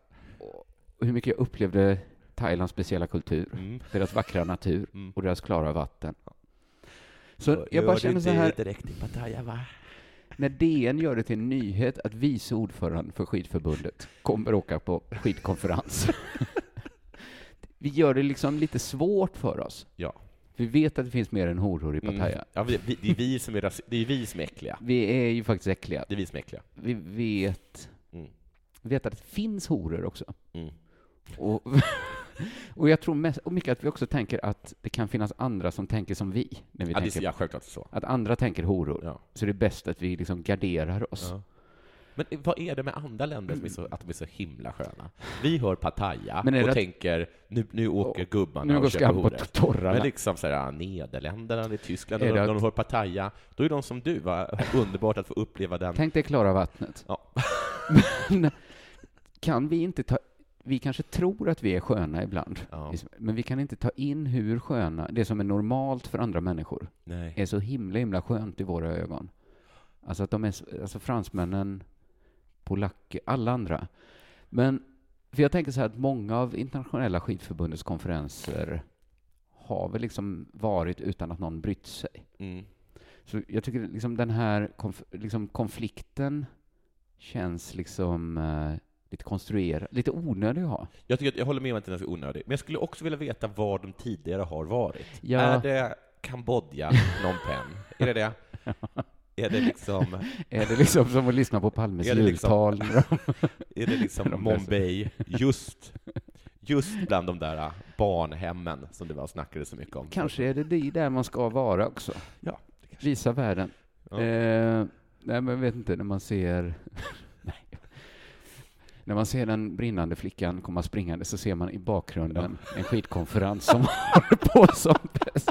S1: och hur mycket jag upplevde Thailands speciella kultur,
S2: Mm.
S1: deras vackra natur
S2: Mm.
S1: och deras klara vatten. Så jag
S2: Gör
S1: bara
S2: du
S1: känner
S2: inte
S1: så här,
S2: direkt i Pattaya, va?
S1: när DN gör det till en nyhet att vice ordföranden för skidförbundet kommer åka på skidkonferens. Vi gör det liksom lite svårt för oss.
S2: Ja.
S1: Vi vet att det finns mer än horor i Pattaya.
S2: Mm. Ja, vi, vi, det, är vi som är rasi- det är vi som är äckliga.
S1: Vi är ju faktiskt äckliga.
S2: Det är vi som är äckliga.
S1: Vi vet,
S2: Mm.
S1: vi vet att det finns horor också.
S2: Mm.
S1: Och, och jag tror mest, och mycket att vi också tänker att det kan finnas andra som tänker som vi. När vi
S2: Ja, det,
S1: tänker,
S2: är- ja, självklart så.
S1: Att andra tänker horor.
S2: Ja.
S1: Så det är bäst att vi liksom garderar oss.
S2: Ja. Men eh, vad är det med andra länder som är så, att de är så himla sköna? Vi hör Pattaya
S1: Men är
S2: och
S1: det-
S2: tänker nu, nu åker gubbarna
S1: nu går
S2: och köper
S1: skam på
S2: horor.
S1: torrarna.
S2: Men liksom så här, Nederländerna, det är Tyskland,
S1: Är
S2: när
S1: det
S2: de,
S1: att-
S2: när de hör Pattaya, då är de som du, va? Underbart att få uppleva den.
S1: Tänk dig klara vattnet.
S2: Ja.
S1: Men kan vi inte ta... Vi kanske tror att vi är sköna ibland,
S2: Ja.
S1: men vi kan inte ta in hur sköna, det som är normalt för andra människor,
S2: Nej.
S1: är så himla himla skönt i våra ögon. Alltså att de är, så- alltså fransmännen, polacker, alla andra. Men, för jag tänker så här att många av internationella skidförbundets konferenser har väl liksom varit utan att någon brytt sig.
S2: Mm.
S1: Så jag tycker liksom den här konf liksom konflikten känns liksom eh, lite konstruerad, lite onödig att ha.
S2: Jag, tycker att, jag håller med om att den är så onödig, men jag skulle också vilja veta var de tidigare har varit.
S1: Ja.
S2: Är det Kambodja, Phnom Penh? Är det det? Är det liksom,
S1: Är det liksom som att lyssna på Palmes
S2: Är det liksom-
S1: jultal?
S2: är det liksom
S1: De är så-
S2: Mumbai, just, just bland de där äh, barnhemmen som du var och snackade så mycket om?
S1: Kanske är det det där man ska vara också.
S2: Ja, det kanske.
S1: Visa världen.
S2: Ja.
S1: Eh, nej, men jag vet inte, när man ser... nej. När man ser den brinnande flickan komma springande så ser man i bakgrunden en skidkonferens som håller på som bäst.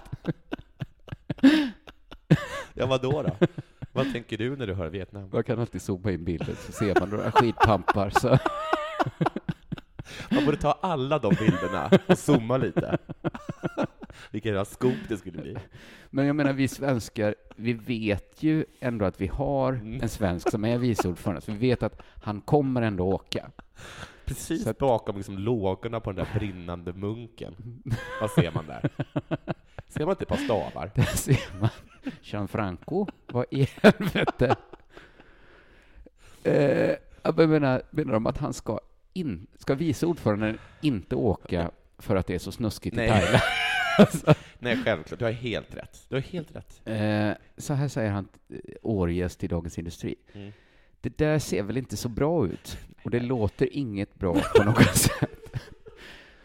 S2: Ja, vad då? då? Vad tänker du när du hör Vietnam?
S1: Man kan alltid zooma in bilden så ser man några skidpampar. Så.
S2: Man borde ta alla de bilderna och zooma lite. Vilken jävla scoop det skulle bli.
S1: Men jag menar, vi svenskar, vi vet ju ändå att vi har
S2: Mm.
S1: en svensk som är vice ordförande, så vi vet att han kommer ändå åka.
S2: Precis
S1: Så att-
S2: bakom liksom lågorna på den där brinnande munken. Vad ser man där? Ser man inte ett par stavar?
S1: Där ser man Gianfranco. Vad i helvete? Eh, jag menar, menar de att han ska, in, ska vice ordföranden inte åka för att det är så snuskigt i
S2: Nej.
S1: Thailand? Alltså.
S2: Nej, självklart. Du har helt rätt. Du har helt rätt.
S1: Eh, så här säger han, eh, Årjes till Dagens Industri.
S2: Mm.
S1: Det där ser väl inte så bra ut? Och det låter inget bra på något sätt.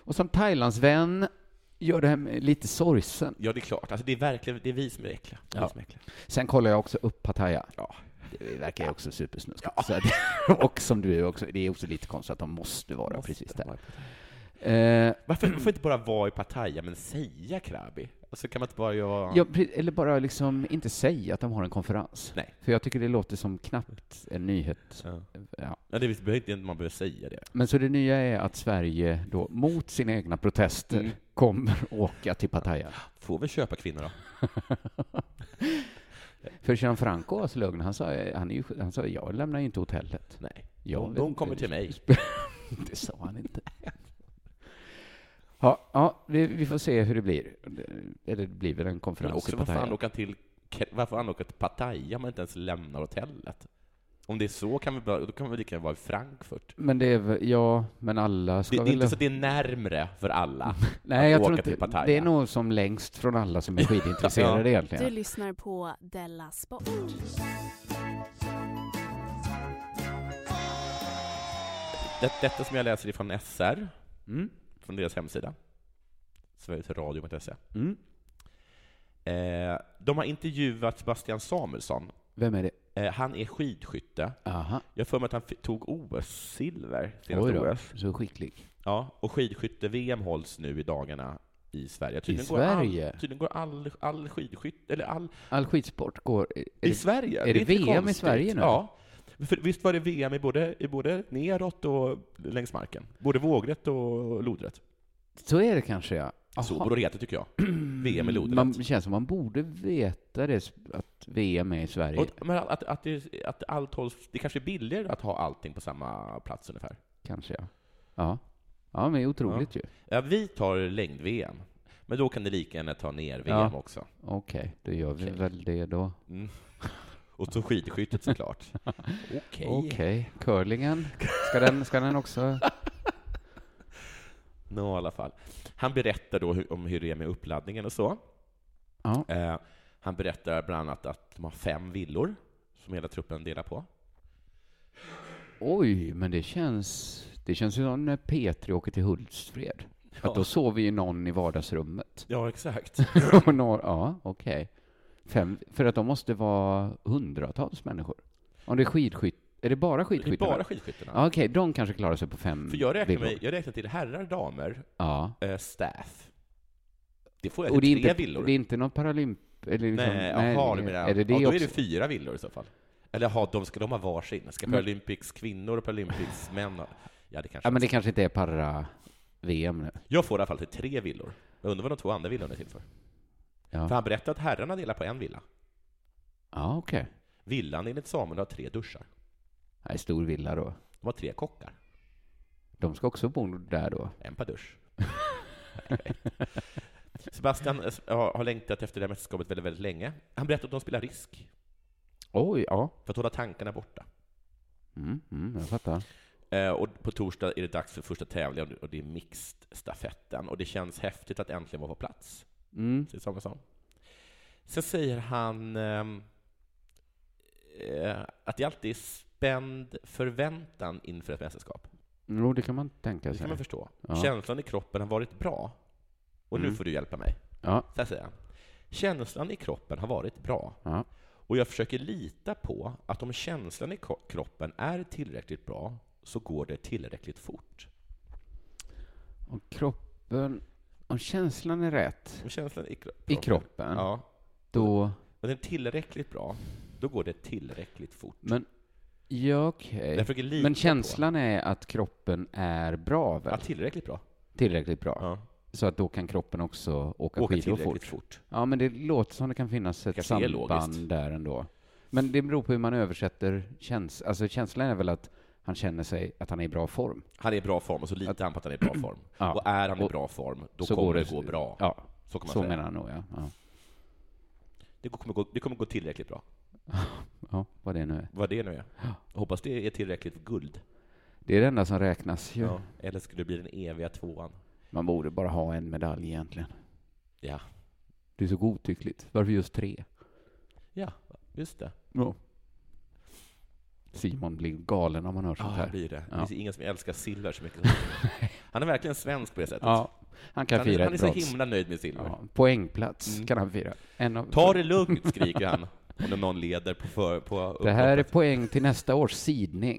S1: Och som Thailandsvän gör det här med lite sorgsen.
S2: Ja, det är klart. Alltså, det är verkligen det är vi som är äckliga. Det är
S1: Ja.
S2: vi som är äckliga.
S1: Sen kollar jag också upp Pattaya.
S2: Ja.
S1: Det verkar ju också supersnuskigt. Så att- och som du är också, det är också lite konstigt att de måste vara
S2: Måste
S1: precis där.
S2: vara-
S1: Eh,
S2: Varför, varför inte bara vara i Pattaya, men säga krabi? Alltså, kan man inte bara göra...
S1: ja, pre- eller bara liksom inte säga att de har en konferens.
S2: Nej.
S1: För jag tycker det låter som knappt en nyhet.
S2: Ja.
S1: Ja.
S2: Ja, det behöver inte man behöver säga det.
S1: Men så det nya är att Sverige då mot sina egna protester
S2: Mm.
S1: kommer åka till Pattaya.
S2: Får vi köpa kvinnor då?
S1: För Gianfranco var så lugn. Han sa, han, är ju, han sa jag lämnar ju inte hotellet.
S2: Nej.
S1: Jag
S2: de
S1: vet
S2: de
S1: inte.
S2: kommer till mig.
S1: Det sa han inte. Ja, ja vi, vi får se hur det blir. Eller det blir väl en
S2: Men
S1: konferens
S2: också
S1: i
S2: varför
S1: Pattaya.
S2: anåka till varför anåka till Pattaya om man inte ens lämnar hotellet? Om det är så kan vi bara, då kan vi lika gärna vara i Frankfurt.
S1: Men det är väl- ja, men alla ska Mm.
S2: Det, det är
S1: väl...
S2: inte så att det är närmre för alla.
S1: Nej, jag
S2: åka
S1: tror
S2: till
S1: inte...
S2: Pattaya.
S1: Det är nog som längst från alla som är skidintresserade
S4: Du
S1: egentligen.
S4: lyssnar på Della Sport.
S2: Det, detta som jag läser ifrån SR,
S1: Mm.
S2: från deras hemsida, sverigesradio.se.
S1: Mm.
S2: Eh, de har intervjuat Sebastian Samuelsson.
S1: Vem är det?
S2: Eh, han är skidskytte.
S1: Aha,
S2: Jag har för mig att han fi- tog OS-silver
S1: oj
S2: senaste
S1: då.
S2: OS.
S1: Så skicklig.
S2: Ja, och skidskytte-VM hålls nu i dagarna i Sverige.
S1: Sverige?
S2: Går all, tydligen går all, all skidskytte, eller all...
S1: All skidsport går... är
S2: I
S1: det-
S2: Sverige?
S1: det
S2: inte
S1: VM i
S2: konstigt.
S1: Sverige nu?
S2: Ja. För visst var det VM i både, i både neråt och längs marken? Både vågrätt och lodrätt.
S1: Så är det kanske, ja.
S2: Så
S1: Aha.
S2: borde det heta, tycker jag. VM i lodrätt.
S1: Man, det känns som man borde veta det, att VM är i Sverige.
S2: Och, men att, att, att, det, att allt hålls... Det kanske är billigare att ha allting på samma plats ungefär.
S1: Kanske, ja. Ja, ja men det är otroligt ju.
S2: Ja, vi tar längd-VM, men då kan ni lika gärna ta ner-VM
S1: Ja.
S2: också.
S1: Okej, då gör vi
S2: Okej.
S1: väl det då.
S2: Mm. Och så skidskyttet såklart. Okej.
S1: Okej, curlingen. Ska den, ska den också...
S2: Nå, i alla fall. Han berättar då hur, om hur det är med uppladdningen och så.
S1: Ja.
S2: Eh, han berättar bland annat att de har fem villor som hela truppen delar på.
S1: Oj, men det känns... Det känns ju som när Petri åker till Hultsfred. Att då sover ju någon i vardagsrummet.
S2: Ja, exakt.
S1: Och några, ja, okej. Fem, för att de måste vara hundratals människor. Om det är skidskytt... Är det bara
S2: Det är
S1: skidskyttarna?
S2: bara skidskyttarna.
S1: Ja, okej, de kanske klarar sig på fem
S2: För jag räknar,
S1: villor.
S2: mig, jag räknar till herrar, damer,
S1: Ja.
S2: eh, staff. Det får jag
S1: Och det är
S2: till tre
S1: inte,
S2: villor.
S1: det är inte någon paralymp... Eller liksom,
S2: nej, jaha, du menar
S1: är det det
S2: ja, då
S1: också? Mm.
S2: är det fyra villor i så fall. Eller jaha, de ska de ha varsin? Ska Paralympics kvinnor och Paralympics män ha... Ja, det kanske
S1: Ja, men det kanske inte är para-VM nu.
S2: Jag får i alla fall till tre villor. Jag undrar vad de två andra villorna är till för.
S1: Ja,
S2: För han berättade att herrarna delar på en villa.
S1: ja okej.
S2: Villan enligt Samuel har tre duschar.
S1: Det är stor villa då.
S2: De har tre kockar.
S1: De ska också bo där då.
S2: En per dusch. Sebastian eh, har har längtat efter det här mästerskapet väldigt, väldigt länge. Han berättade att de spelar risk,
S1: Oj, ja.
S2: för att hålla tankarna borta.
S1: Mm, mm, jag fattar.
S2: Eh, Och på torsdag är det dags för första tävlingen, och det är mixed-stafetten. Och det känns häftigt att äntligen vara på plats.
S1: Mm.
S2: Säger Samuelsson. Sen säger han ehm, eh, att det alltid är spänd förväntan inför ett mästerskap.
S1: Jo, det kan man tänka
S2: Det kan man
S1: sig.
S2: förstå.
S1: Ja.
S2: Känslan i kroppen har varit bra. Och nu
S1: Mm.
S2: får du hjälpa mig.
S1: Ja,
S2: Så här säger han. Känslan i kroppen har varit bra.
S1: ja.
S2: Och jag försöker lita på att om känslan i ko- kroppen är tillräckligt bra så går det tillräckligt fort.
S1: Om kroppen, om känslan är rätt
S2: Om känslan i, kro-
S1: i kroppen,
S2: Ja.
S1: då...
S2: Om den är tillräckligt bra, då går det tillräckligt fort.
S1: Men, ja okej.
S2: Jag försöker lita
S1: Men
S2: på-
S1: känslan är att kroppen är bra
S2: Ja,
S1: väl?
S2: tillräckligt bra.
S1: Tillräckligt bra.
S2: Ja.
S1: Så att då kan kroppen också åka,
S2: Åka
S1: skidor
S2: tillräckligt
S1: fort.
S2: fort.
S1: Ja, men det låter som det kan finnas ett
S2: Kanske är
S1: samband
S2: logiskt.
S1: där ändå. Men det beror på hur man översätter käns Alltså känslan är väl att han känner sig, att han är i bra form.
S2: Han är i bra form och så litar han på att han är i bra form.
S1: Ja.
S2: Och är han i
S1: Och
S2: bra form, då
S1: så
S2: kommer
S1: går
S2: det,
S1: det-
S2: gå bra.
S1: Ja,
S2: Så kan man
S1: så
S2: säga.
S1: menar han nog ja. ja.
S2: Det, kommer gå, det kommer gå tillräckligt bra.
S1: Ja, vad det nu är.
S2: Vad det nu är. Hoppas det är tillräckligt för guld.
S1: Det är det enda som räknas ju.
S2: Ja. Eller skulle det bli den eviga tvåan?
S1: Man borde bara ha en medalj egentligen.
S2: Ja.
S1: Det är så godtyckligt. Varför just tre?
S2: Ja, just det.
S1: Simon blir galen om han hör
S2: Ja,
S1: sånt
S2: det
S1: här.
S2: blir det.
S1: Ja.
S2: Det finns ingen som älskar silver så mycket som han. Han är verkligen svensk på det sättet.
S1: Ja, han kan
S2: Han, är,
S1: fira
S2: han är
S1: ett
S2: så
S1: brons.
S2: himla nöjd med silver.
S1: Ja, poängplats
S2: Mm.
S1: kan han fira. En av...
S2: Ta det lugnt, skriker han. Om någon leder på, för, på
S1: Det här är
S2: upploppet.
S1: poäng till nästa års sidning.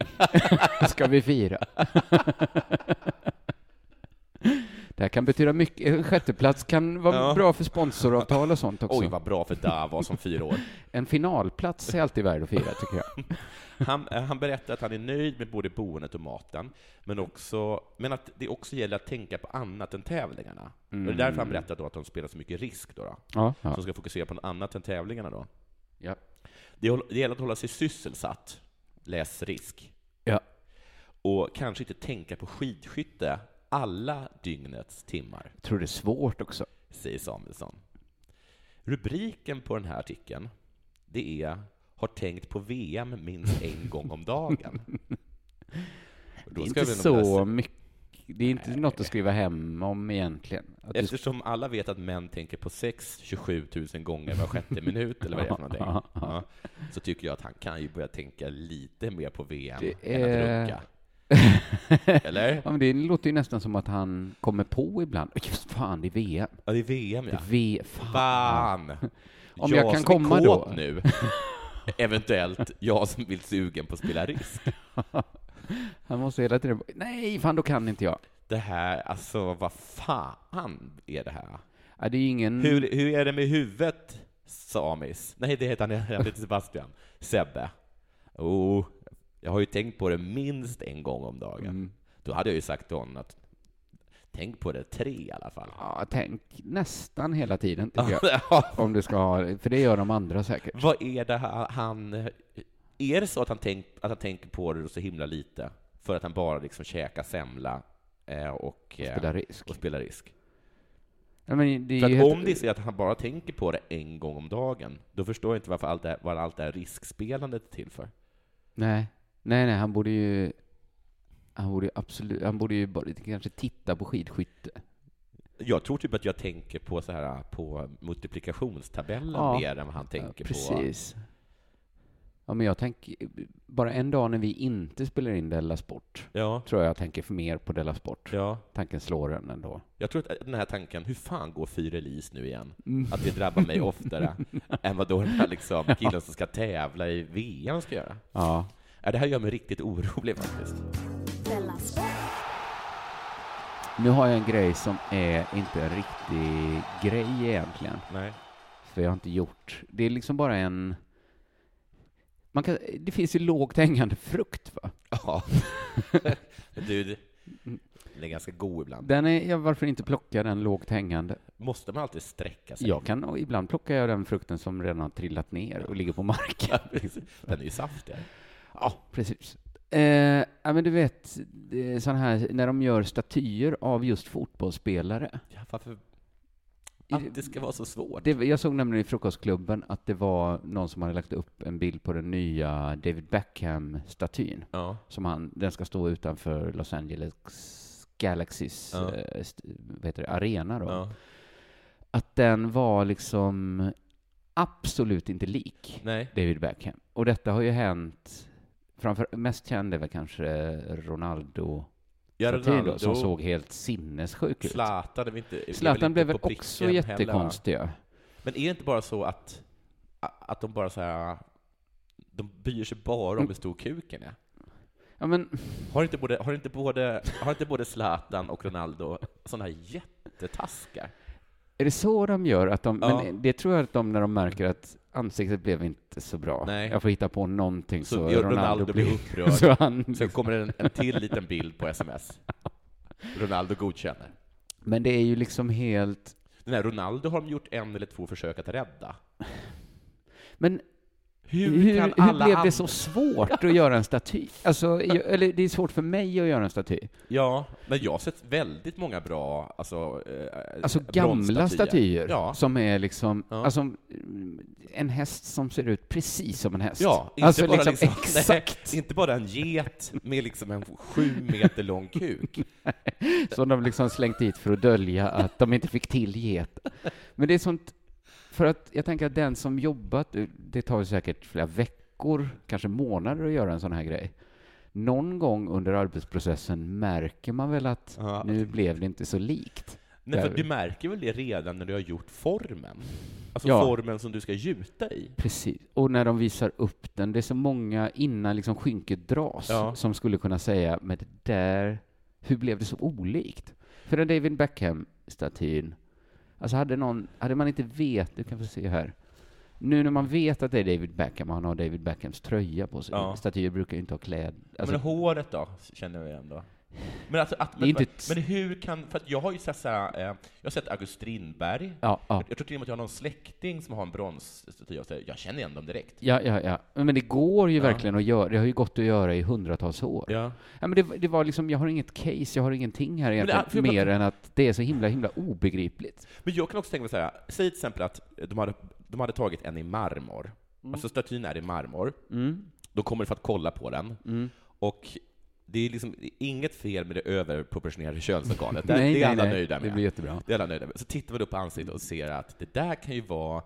S1: Ska vi fira? Det här kan betyda mycket. En sjätteplats kan vara
S2: Ja.
S1: bra för sponsoravtal och sånt också.
S2: Oj, vad bra för Davos som fyra år.
S1: En finalplats är alltid värd att fira, tycker jag.
S2: Han, eh, han berättar att han är nöjd med både boendet och maten, men, också, men att det också gäller att tänka på annat än tävlingarna. Och det är därför han berättar då att de spelar så mycket risk, då, då,
S1: Ja, Mm. ja.
S2: som ska fokusera på något annat än tävlingarna. Då.
S1: ja.
S2: Det, håll- det gäller att hålla sig sysselsatt, läs risk,
S1: ja.
S2: och kanske inte tänka på skidskytte alla dygnets timmar,
S1: Jag tror det är svårt också.
S2: säger Samuelsson. Rubriken på den här artikeln, det är ”Har tänkt på VM minst en gång om dagen”. Och
S1: Det
S2: då
S1: är inte
S2: ska jag väl nog läsa-
S1: så mycket. Det är inte något att skriva hem om egentligen. Att du-
S2: Eftersom alla vet att män tänker på sex 27 000 gånger var sjätte minut, eller vad det är för någonting, ja, så tycker jag att han kan ju börja tänka lite mer på VM
S1: Det
S2: än att
S1: är-
S2: runka. Eller?
S1: Ja, men det låter ju nästan som att han kommer på ibland. Just fan, det är VM.
S2: Ja, det är VM, ja.
S1: Det är V... Fan.
S2: Fan!
S1: Om jag kan
S2: som är
S1: komma
S2: kåt
S1: då.
S2: nu, eventuellt jag som vill sugen på att spela risk.
S1: Han måste hela tiden bara, nej, fan då kan inte jag.
S2: Det här, alltså vad fan är det här?
S1: Ja, det är ju ingen...
S2: Hur, hur är det med huvudet, Samis? Nej, det heter han, han heter Sebastian. Sebbe. Oh, jag har ju tänkt på det minst en gång om dagen.
S1: Mm.
S2: Då hade jag ju sagt till honom att tänk på det tre i alla fall.
S1: Ja, tänk nästan hela tiden, tycker jag.
S2: Ja,
S1: Om du ska ha, för det gör de andra säkert.
S2: Vad är det här han... Är det så att han, tänk, att han tänker på det så himla lite? För att han bara liksom käkar semla eh, och, eh,
S1: Spela risk.
S2: och spelar risk?
S1: Ja, men det är
S2: För
S1: ju
S2: att
S1: helt-
S2: om det är så att han bara tänker på det en gång om dagen, då förstår jag inte varför allt det här, vad allt det här riskspelandet är till för.
S1: Nej, nej, nej, han borde ju... Han borde ju absolut, han borde ju bara, kanske titta på skidskytte.
S2: Jag tror typ att jag tänker på, så här, på multiplikationstabellen
S1: Ja,
S2: mer än vad han tänker
S1: ja,
S2: på.
S1: precis. Ja, men jag tänker, bara en dag när vi inte spelar in Della Sport,
S2: Ja,
S1: tror jag jag tänker mer på Della Sport.
S2: ja.
S1: Tanken slår en ändå.
S2: Jag tror att eh, den här tanken, hur fan går Fyrelis nu igen?
S1: Mm.
S2: Att det drabbar mig oftare än vad då den här liksom killen som ska tävla i VM ska göra.
S1: Ja.
S2: Ja, det här gör mig riktigt orolig faktiskt.
S4: Della Sport.
S1: Nu har jag en grej som är inte en riktig grej egentligen,
S2: Nej.
S1: för jag har inte gjort. Det är liksom bara en... Man kan, det finns ju lågt hängande frukt, va?
S2: Ja. Du, det- den är ganska god ibland.
S1: Den är, ja, varför inte plocka den lågt hängande?
S2: Måste man alltid sträcka sig?
S1: Jag kan, och ibland plockar jag den frukten som redan har trillat ner och ligger på marken.
S2: Den är ju saftig.
S1: Ja, precis. Eh, ja, men du vet, det är sån här, när de gör statyer av just fotbollsspelare.
S2: Ja, varför? Att det ska vara så svårt.
S1: Det, jag såg nämligen i Frukostklubben att det var någon som hade lagt upp en bild på den nya David Beckham-statyn.
S2: Ja.
S1: Som han, den ska stå utanför Los Angeles Galaxys
S2: Ja.
S1: eh, st- vad heter det, arena. Då.
S2: ja.
S1: Att den var liksom absolut inte lik
S2: Nej.
S1: David Beckham. Och detta har ju hänt, framför, mest känd är väl kanske Ronaldo
S2: Ja,
S1: Ronaldo,
S2: Ronaldo,
S1: som såg helt sinnessjuk ut.
S2: Zlatan är väl inte... är väl
S1: Zlatan
S2: inte
S1: blev
S2: på
S1: väl
S2: pricken
S1: också
S2: heller, va?
S1: jättekonstiga.
S2: Men är det inte bara så att, att de bara så här, de bryr sig bara om hur stor kuken är?
S1: Ja, men
S2: Har inte både, har inte både, har inte både Zlatan och Ronaldo sådana här jättetaskar?
S1: är det så de gör? Att de,
S2: Ja.
S1: Men det tror jag att de, när de märker att ansiktet blev inte så bra,
S2: Nej.
S1: jag får hitta på någonting Mm, så,
S2: Så gör Ronaldo blir upprörd.
S1: så han,
S2: Sen kommer det en, en till liten bild på sms. Ronaldo godkänner.
S1: men det är ju liksom helt...
S2: Den här Ronaldo har de gjort en eller två försök att rädda.
S1: Men
S2: Hur,
S1: hur, hur,
S2: kan alla
S1: blev
S2: andra-
S1: det så svårt att göra en staty? Alltså, jag- eller det är svårt för mig att göra en staty.
S2: Ja, men jag har sett väldigt många bra, alltså, eh,
S1: Alltså gamla
S2: bronsstatyer.
S1: statyer
S2: Ja.
S1: som är liksom,
S2: Ja.
S1: alltså mm, en häst som ser ut precis som en häst.
S2: Ja, inte
S1: alltså
S2: bara
S1: liksom,
S2: liksom,
S1: exakt
S2: Nej, inte bara en get med liksom en sju meter lång kuk.
S1: som de liksom slängt dit för att dölja att de inte fick till get. Men det är sånt, för att jag tänker att den som jobbat, det tar ju säkert flera veckor, kanske månader att göra en sån här grej. Någon gång under arbetsprocessen märker man väl att
S2: Ja.
S1: nu blev det inte så likt.
S2: Nej, för
S1: Där.
S2: du märker väl det redan när du har gjort formen? Alltså
S1: Ja.
S2: formen som du ska gjuta i.
S1: Precis. Och när de visar upp den, det är så många innan liksom skynket dras
S2: Ja.
S1: som skulle kunna säga, men det där, hur blev det så olikt? För den David Beckham-statyn, alltså hade någon, hade man inte vet, du kan få se här, nu när man vet att det är David Beckham, och han har David Beckhams tröja på sig,
S2: Ja.
S1: statyer brukar ju inte ha kläder. Alltså,
S2: men håret då, känner jag igen då. Men, alltså, att,
S1: är
S2: men,
S1: inte-
S2: men hur kan, för att jag har ju sett så här, eh, jag har sett August Strindberg,
S1: ja, ja.
S2: jag tror till och med att jag har någon släkting som har en bronsstaty, och så här, jag känner igen dem direkt.
S1: Ja, ja, ja. Men det går ju
S2: Ja.
S1: verkligen att göra, det har ju gått att göra i hundratals år.
S2: Ja.
S1: Ja, men det, det var liksom, jag har inget case, jag har ingenting här
S2: det-
S1: egentligen,
S2: för jag bara-
S1: mer än att det är så himla, himla obegripligt.
S2: Men jag kan också tänka mig så här, säg till exempel att de hade, de hade tagit en i marmor, alltså statyn är i marmor,
S1: mm,
S2: de kommer för att kolla på den, och det är liksom inget fel med det överproportionerade könsorganet, det, det är alla nöjda med.
S1: Det blir jättebra.
S2: Det är alla nöjda med. Så tittar man upp på ansiktet och ser att det där kan ju vara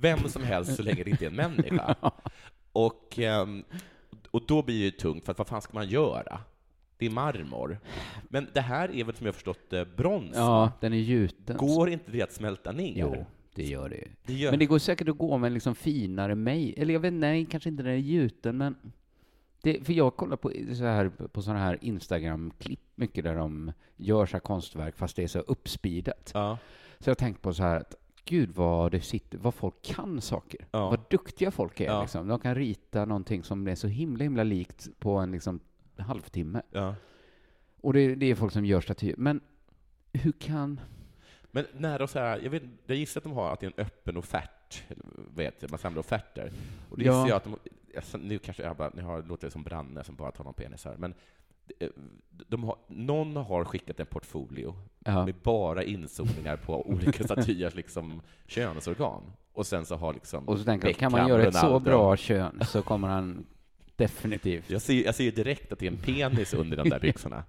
S2: vem som helst så länge det inte är en människa. Och, ehm, och då blir det ju tungt, för att vad fan ska man göra? Det är marmor. Men det här är väl som jag har förstått det, brons?
S1: Ja, den är gjuten.
S2: Går inte det att smälta ner?
S1: Jo, det gör det ju.
S2: Det gör...
S1: Men det går säkert att gå med en liksom finare mig. Eller jag vet nej, kanske inte när den är gjuten, men... Det, för jag kollar på så här, på sådana här Instagram-klipp mycket där de gör så här konstverk fast det är så uppspidat.
S2: Ja.
S1: Så jag tänkte på så här att gud vad det sitter, vad folk kan saker.
S2: Ja.
S1: Vad duktiga folk är
S2: Ja.
S1: liksom. De kan rita någonting som är så himla, himla likt på en liksom halvtimme.
S2: Ja.
S1: Och det, det är folk som gör statyer. Men hur kan...
S2: Men när de så här, jag, vet, jag gissar att de har att det är en öppen offert, vet, jag, man samlar offerter. Och det
S1: Ja.
S2: gissar jag att de, alltså, nu kanske jag bara, nu har, låter jag som Branne som bara tar någon penis här, men eh, de har, någon har skickat en portfolio
S1: Ja.
S2: med bara inzoomningar på olika statyers liksom, könsorgan. Och sen så har liksom
S1: Och så tänker jag, kan man
S2: Beckham,
S1: göra ett så
S2: Ronaldo-
S1: bra kön så kommer han definitivt...
S2: Jag ser, jag ser ju direkt att det är en penis under de där byxorna.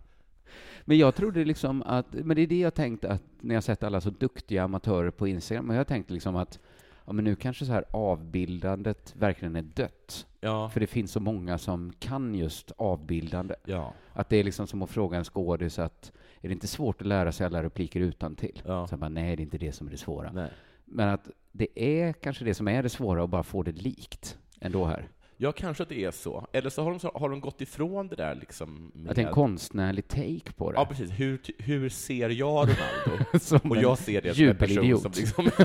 S1: Men jag trodde liksom att, men det är det jag tänkt att när jag sett alla så duktiga amatörer på Instagram, men jag tänkte liksom att ja, men nu kanske så här avbildandet verkligen är dött.
S2: Ja.
S1: För det finns så många som kan just avbildande.
S2: Ja.
S1: Att det är liksom som att fråga en skådis att är det inte svårt att lära sig alla repliker utan till?
S2: Ja.
S1: Så jag bara, nej, det är inte det som är det svåra.
S2: Nej.
S1: Men att det är kanske det som är det svåra att bara få det likt ändå här.
S2: Ja, kanske att det är så. Eller så har de, så, har de gått ifrån det där liksom med...
S1: Att det är en konstnärlig take på det.
S2: Ja, precis. Hur, ty- hur ser jag Ronaldo?
S1: Som
S2: Och
S1: en
S2: jag ser det som en person
S1: jubelidiot.
S2: som liksom...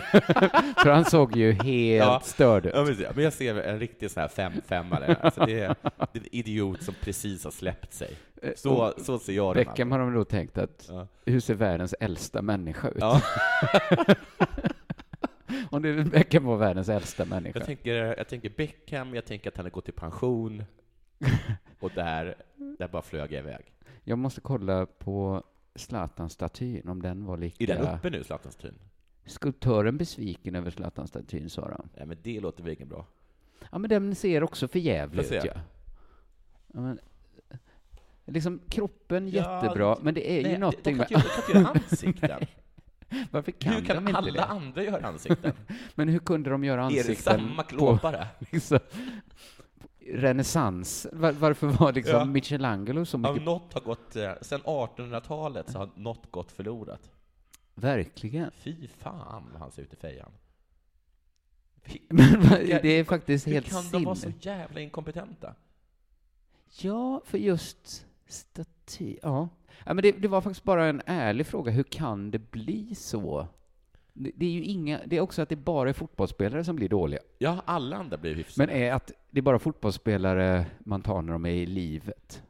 S1: För han såg ju helt
S2: Ja.
S1: störd ut.
S2: ja, precis. Men jag ser en riktig sån här fem-femmare. Alltså det, är, det är en idiot som precis har släppt sig. Så, så ser jag
S1: Eh, Beckham
S2: Ronaldo.
S1: har de då tänkt att
S2: Ja.
S1: hur ser världens äldsta människa ut?
S2: Ja,
S1: Om det Beckham var världens äldsta
S2: jag,
S1: människa.
S2: tänker, jag tänker Beckham, jag tänker att han har gått i pension. Och där, där bara flög jag iväg.
S1: Jag måste kolla på Zlatan-statyn, om den var lika...
S2: Är den uppe nu, Zlatanstyn?
S1: skulptören besviken över Zlatan-statyn, sa de.
S2: Nej, men det låter verkligen bra.
S1: Ja, men den ser också för jävlig ut,
S2: Får jag se?
S1: ja. ja men, liksom, kroppen
S2: Ja,
S1: jättebra, men det är ju
S2: Nej, de
S1: någonting
S2: kan
S1: med... Ah,
S2: inte göra- de kan inte göra ansikten.
S1: Varför kan,
S2: Hur kan
S1: de inte
S2: alla
S1: det?
S2: andra göra ansikten?
S1: Men hur kunde de göra
S2: Är
S1: ansikten
S2: det samma
S1: på
S2: klåpare?
S1: liksom, renässans? Var, varför var liksom
S2: Ja.
S1: Michelangelo så
S2: Ja,
S1: mycket?
S2: något har gått, eh, sen 1800-talet så har något gått förlorat.
S1: Verkligen.
S2: Fy fan vad han ser ut i fejan. Vi-
S1: Men vad-
S2: Vilka-
S1: det är faktiskt
S2: Hur
S1: helt
S2: kan de vara så
S1: sinne.
S2: jävla inkompetenta?
S1: Ja, för just staty. Ja. ja men det, det var faktiskt bara en ärlig fråga. Hur kan det bli så? Det, det är ju inga, det är också att det bara är fotbollsspelare som blir dåliga.
S2: Ja, alla andra blir hyfsade.
S1: Men är att det är bara fotbollsspelare man tar när de är i livet.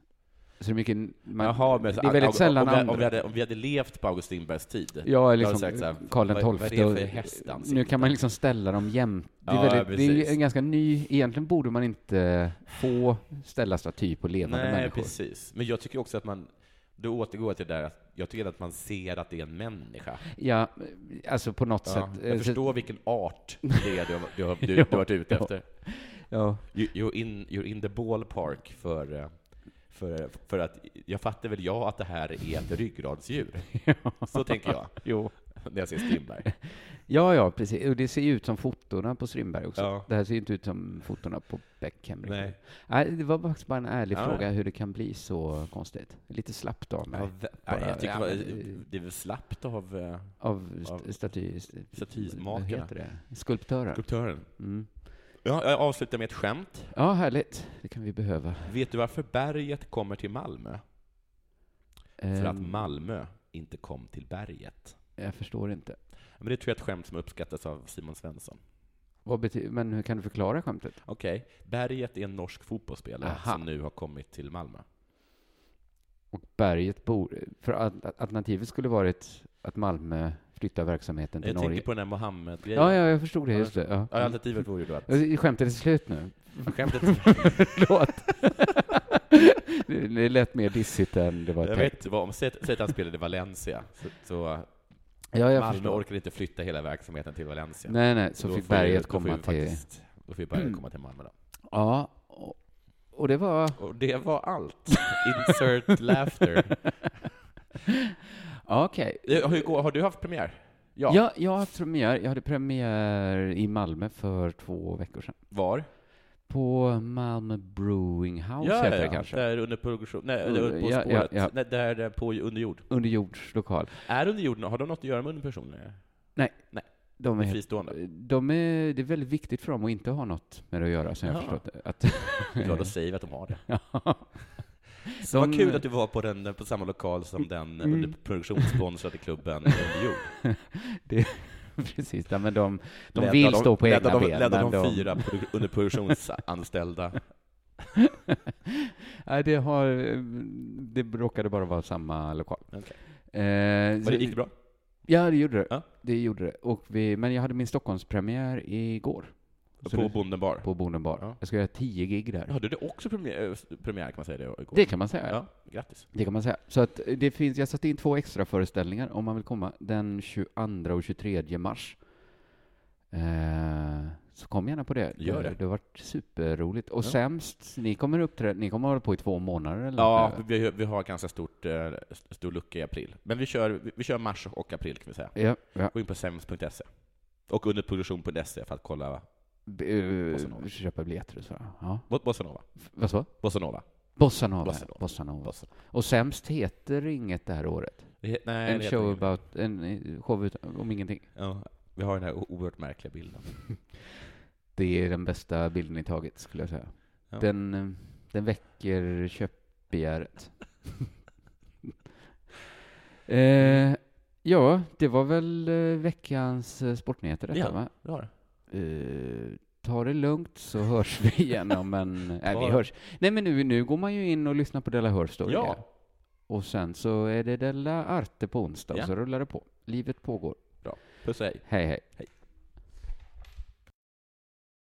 S1: Så det är mycket, man,
S2: Jaha, men
S1: det är väldigt
S2: om,
S1: sällan
S2: om, om, vi,
S1: andra.
S2: om, vi hade, om vi hade levt på August Lindbergs tid.
S1: Ja,
S2: Jag har
S1: liksom
S2: sagt så här,
S1: Karl den
S2: vad- vad är det
S1: XII. och-
S2: för hästansikte?
S1: Nu kan man liksom ställa dem jämt. Det är,
S2: Ja,
S1: väldigt, det är ju
S2: precis.
S1: en ganska ny... Egentligen borde man inte få ställa staty på levande
S2: Nej,
S1: människor.
S2: precis. Men jag tycker också att man, då återgår jag till det där att jag tycker att man ser att det är en människa.
S1: Ja, alltså på något
S2: Ja,
S1: sätt. eh,
S2: jag
S1: så-
S2: förstår vilken art det är du, har- du, har- du, du
S1: Ja,
S2: har varit ute
S1: ja.
S2: efter.
S1: Ja.
S2: You- You're in, you're in the ballpark för, eh, för, för att jag fattar väl jag att det här är ett ryggradsdjur. Så tänker jag
S1: Jo.
S2: när jag ser Strindberg.
S1: Ja, ja, precis. Och det ser ju ut som fotona på Strindberg också.
S2: Ja.
S1: Det här ser ju inte ut som fotona på Beckham. riktigt.
S2: Nej.
S1: Nej, det var faktiskt bara en ärlig
S2: Ja,
S1: fråga
S2: ja.
S1: hur det kan bli så konstigt. Lite slappt av mig.
S2: Ja, vä- nej, jag tycker
S1: ja,
S2: det var-
S1: men-
S2: det är väl slappt av eh,
S1: Av, st-
S2: av
S1: staty... st- Vad
S2: statymakarna.
S1: heter det? Skulptören.
S2: skulptören.
S1: Mm.
S2: Ja, jag avslutar med ett skämt.
S1: Ja, härligt. Det kan vi behöva.
S2: Vet du varför berget kommer till Malmö? För att
S1: Ehm,
S2: Malmö inte kom till berget.
S1: Jag förstår inte.
S2: Men det tror jag är ett skämt som uppskattas av Simon Svensson.
S1: Vad bety- men hur kan du förklara skämtet?
S2: Okej, Berget är en norsk fotbollsspelare
S1: Aha.
S2: som nu har kommit till Malmö.
S1: Och berget bor... För att, att- alternativet skulle varit att Malmö flyttar verksamheten till
S2: Jag
S1: Norge.
S2: tänker på den där Mohammed-grejen.
S1: Ja, ja, jag förstod det. Just det. Ja.
S2: Ja, alternativet vore ju då att...
S1: Jag- Skämtet är slut nu.
S2: Skämtet,
S1: Förlåt. det, det lät mer dissigt än det var
S2: jag
S1: tänkt.
S2: vet inte vad, om, säg, att- säg att han spelade i Valencia, så, så
S1: Ja, jag
S2: Malmö
S1: förstår.
S2: orkade inte flytta hela verksamheten till Valencia.
S1: Nej, nej, så
S2: Då
S1: fick
S2: får ju-
S1: berget
S2: då får
S1: komma
S2: ju
S1: till... Mm.
S2: faktiskt- Då får ju berget komma till Malmö då.
S1: Ja, och, och det var...
S2: Och det var allt. Insert laughter.
S1: Ja, okej.
S2: Eh, Hur går, har du haft premiär? Ja.
S1: Ja, jag har haft premiär. Jag hade premiär i Malmö för två veckor sedan.
S2: Var?
S1: På Malmö Brewing House heter det kanske.
S2: Där under produktion, nej,
S1: Under-
S2: under, på
S1: ja,
S2: spåret.
S1: ja, ja.
S2: Nej, där eh, på under jord.
S1: Under jordslokal.
S2: Är under jord, har de något att göra med underpersoner?
S1: De är,
S2: Med
S1: helt,
S2: fristående?
S1: de är, det är väldigt viktigt för dem att inte ha något med det att göra, som jag har
S2: Jaha.
S1: förstått det. Att,
S2: Ja, då säger vi att de har det.
S1: Ja.
S2: Så Vad
S1: De-
S2: kul att du var på, den, på samma lokal som den
S1: Mm.
S2: underproduktionssponsrade klubben Under jord.
S1: Precis, ja, men de, de
S2: Ledda
S1: vill stå på
S2: ledda
S1: egna
S2: de,
S1: ben.
S2: Ledda
S1: men
S2: de fyra produ- underproduktionsanställda.
S1: Nej, det, har, det råkade bara vara samma lokal.
S2: Okej.
S1: Eh,
S2: Men det gick bra?
S1: Ja, det gjorde det.
S2: Ja.
S1: det, gjorde det. Och vi, men jag hade min Stockholmspremiär igår. Så
S2: på
S1: det-
S2: Bonden bar?
S1: på Boden bar.
S2: Ja.
S1: Jag ska göra tio gig där.
S2: Hade du också premiär, eh, premiär kan man säga det? Igår?
S1: Det kan man säga.
S2: Ja, grattis.
S1: Det kan man säga. Så att eh, det finns, jag satte in två extra föreställningar om man vill komma. Den 22 och 23 mars. Eh, så kom gärna på det. Eh,
S2: Gör det.
S1: Det har varit superroligt. Och
S2: Ja.
S1: sämst, ni kommer uppträda, ni kommer hålla på i två månader eller?
S2: Ja,
S1: något?
S2: vi, vi har ganska stort, eh, stor lucka i april. Men vi kör, vi, vi kör mars och april kan vi säga.
S1: Ja, ja.
S2: Gå in på sems.se och underproduktion.se för att kolla
S1: Eh,
S2: Bossanova.
S1: köpa biljetter och så. Ja.
S2: Bo- Bossanova.
S1: F- Vad sa
S2: Bossanova.
S1: Mm. Bossanova.
S2: Bossanova.
S1: Bossanova.
S2: Bossanova.
S1: Och sämst heter inget det här året.
S2: Det- Nej,
S1: en
S2: det
S1: show
S2: heter inget.
S1: about, en eh, show ut, om ingenting.
S2: Ja, vi har den här o- oerhört märkliga bilden.
S1: Det är den bästa bilden i taget, skulle jag säga.
S2: Ja.
S1: Den, eh, den väcker köpbegäret.
S2: Mm.
S1: eh, ja, det var väl eh, veckans eh, sportnyheter detta,
S2: Ja.
S1: va?
S2: Du har det?
S1: Eh, ta det lugnt så hörs vi igen om en... Nej, vi
S2: Ja.
S1: hörs. Nej, men nu, nu går man ju in och lyssnar på Della Hörstory.
S2: Ja.
S1: igen. Och sen så är det Della Arte på onsdag,
S2: Ja.
S1: och så rullar det på. Livet pågår.
S2: Puss och hej.
S1: Hej, hej.
S2: Hej.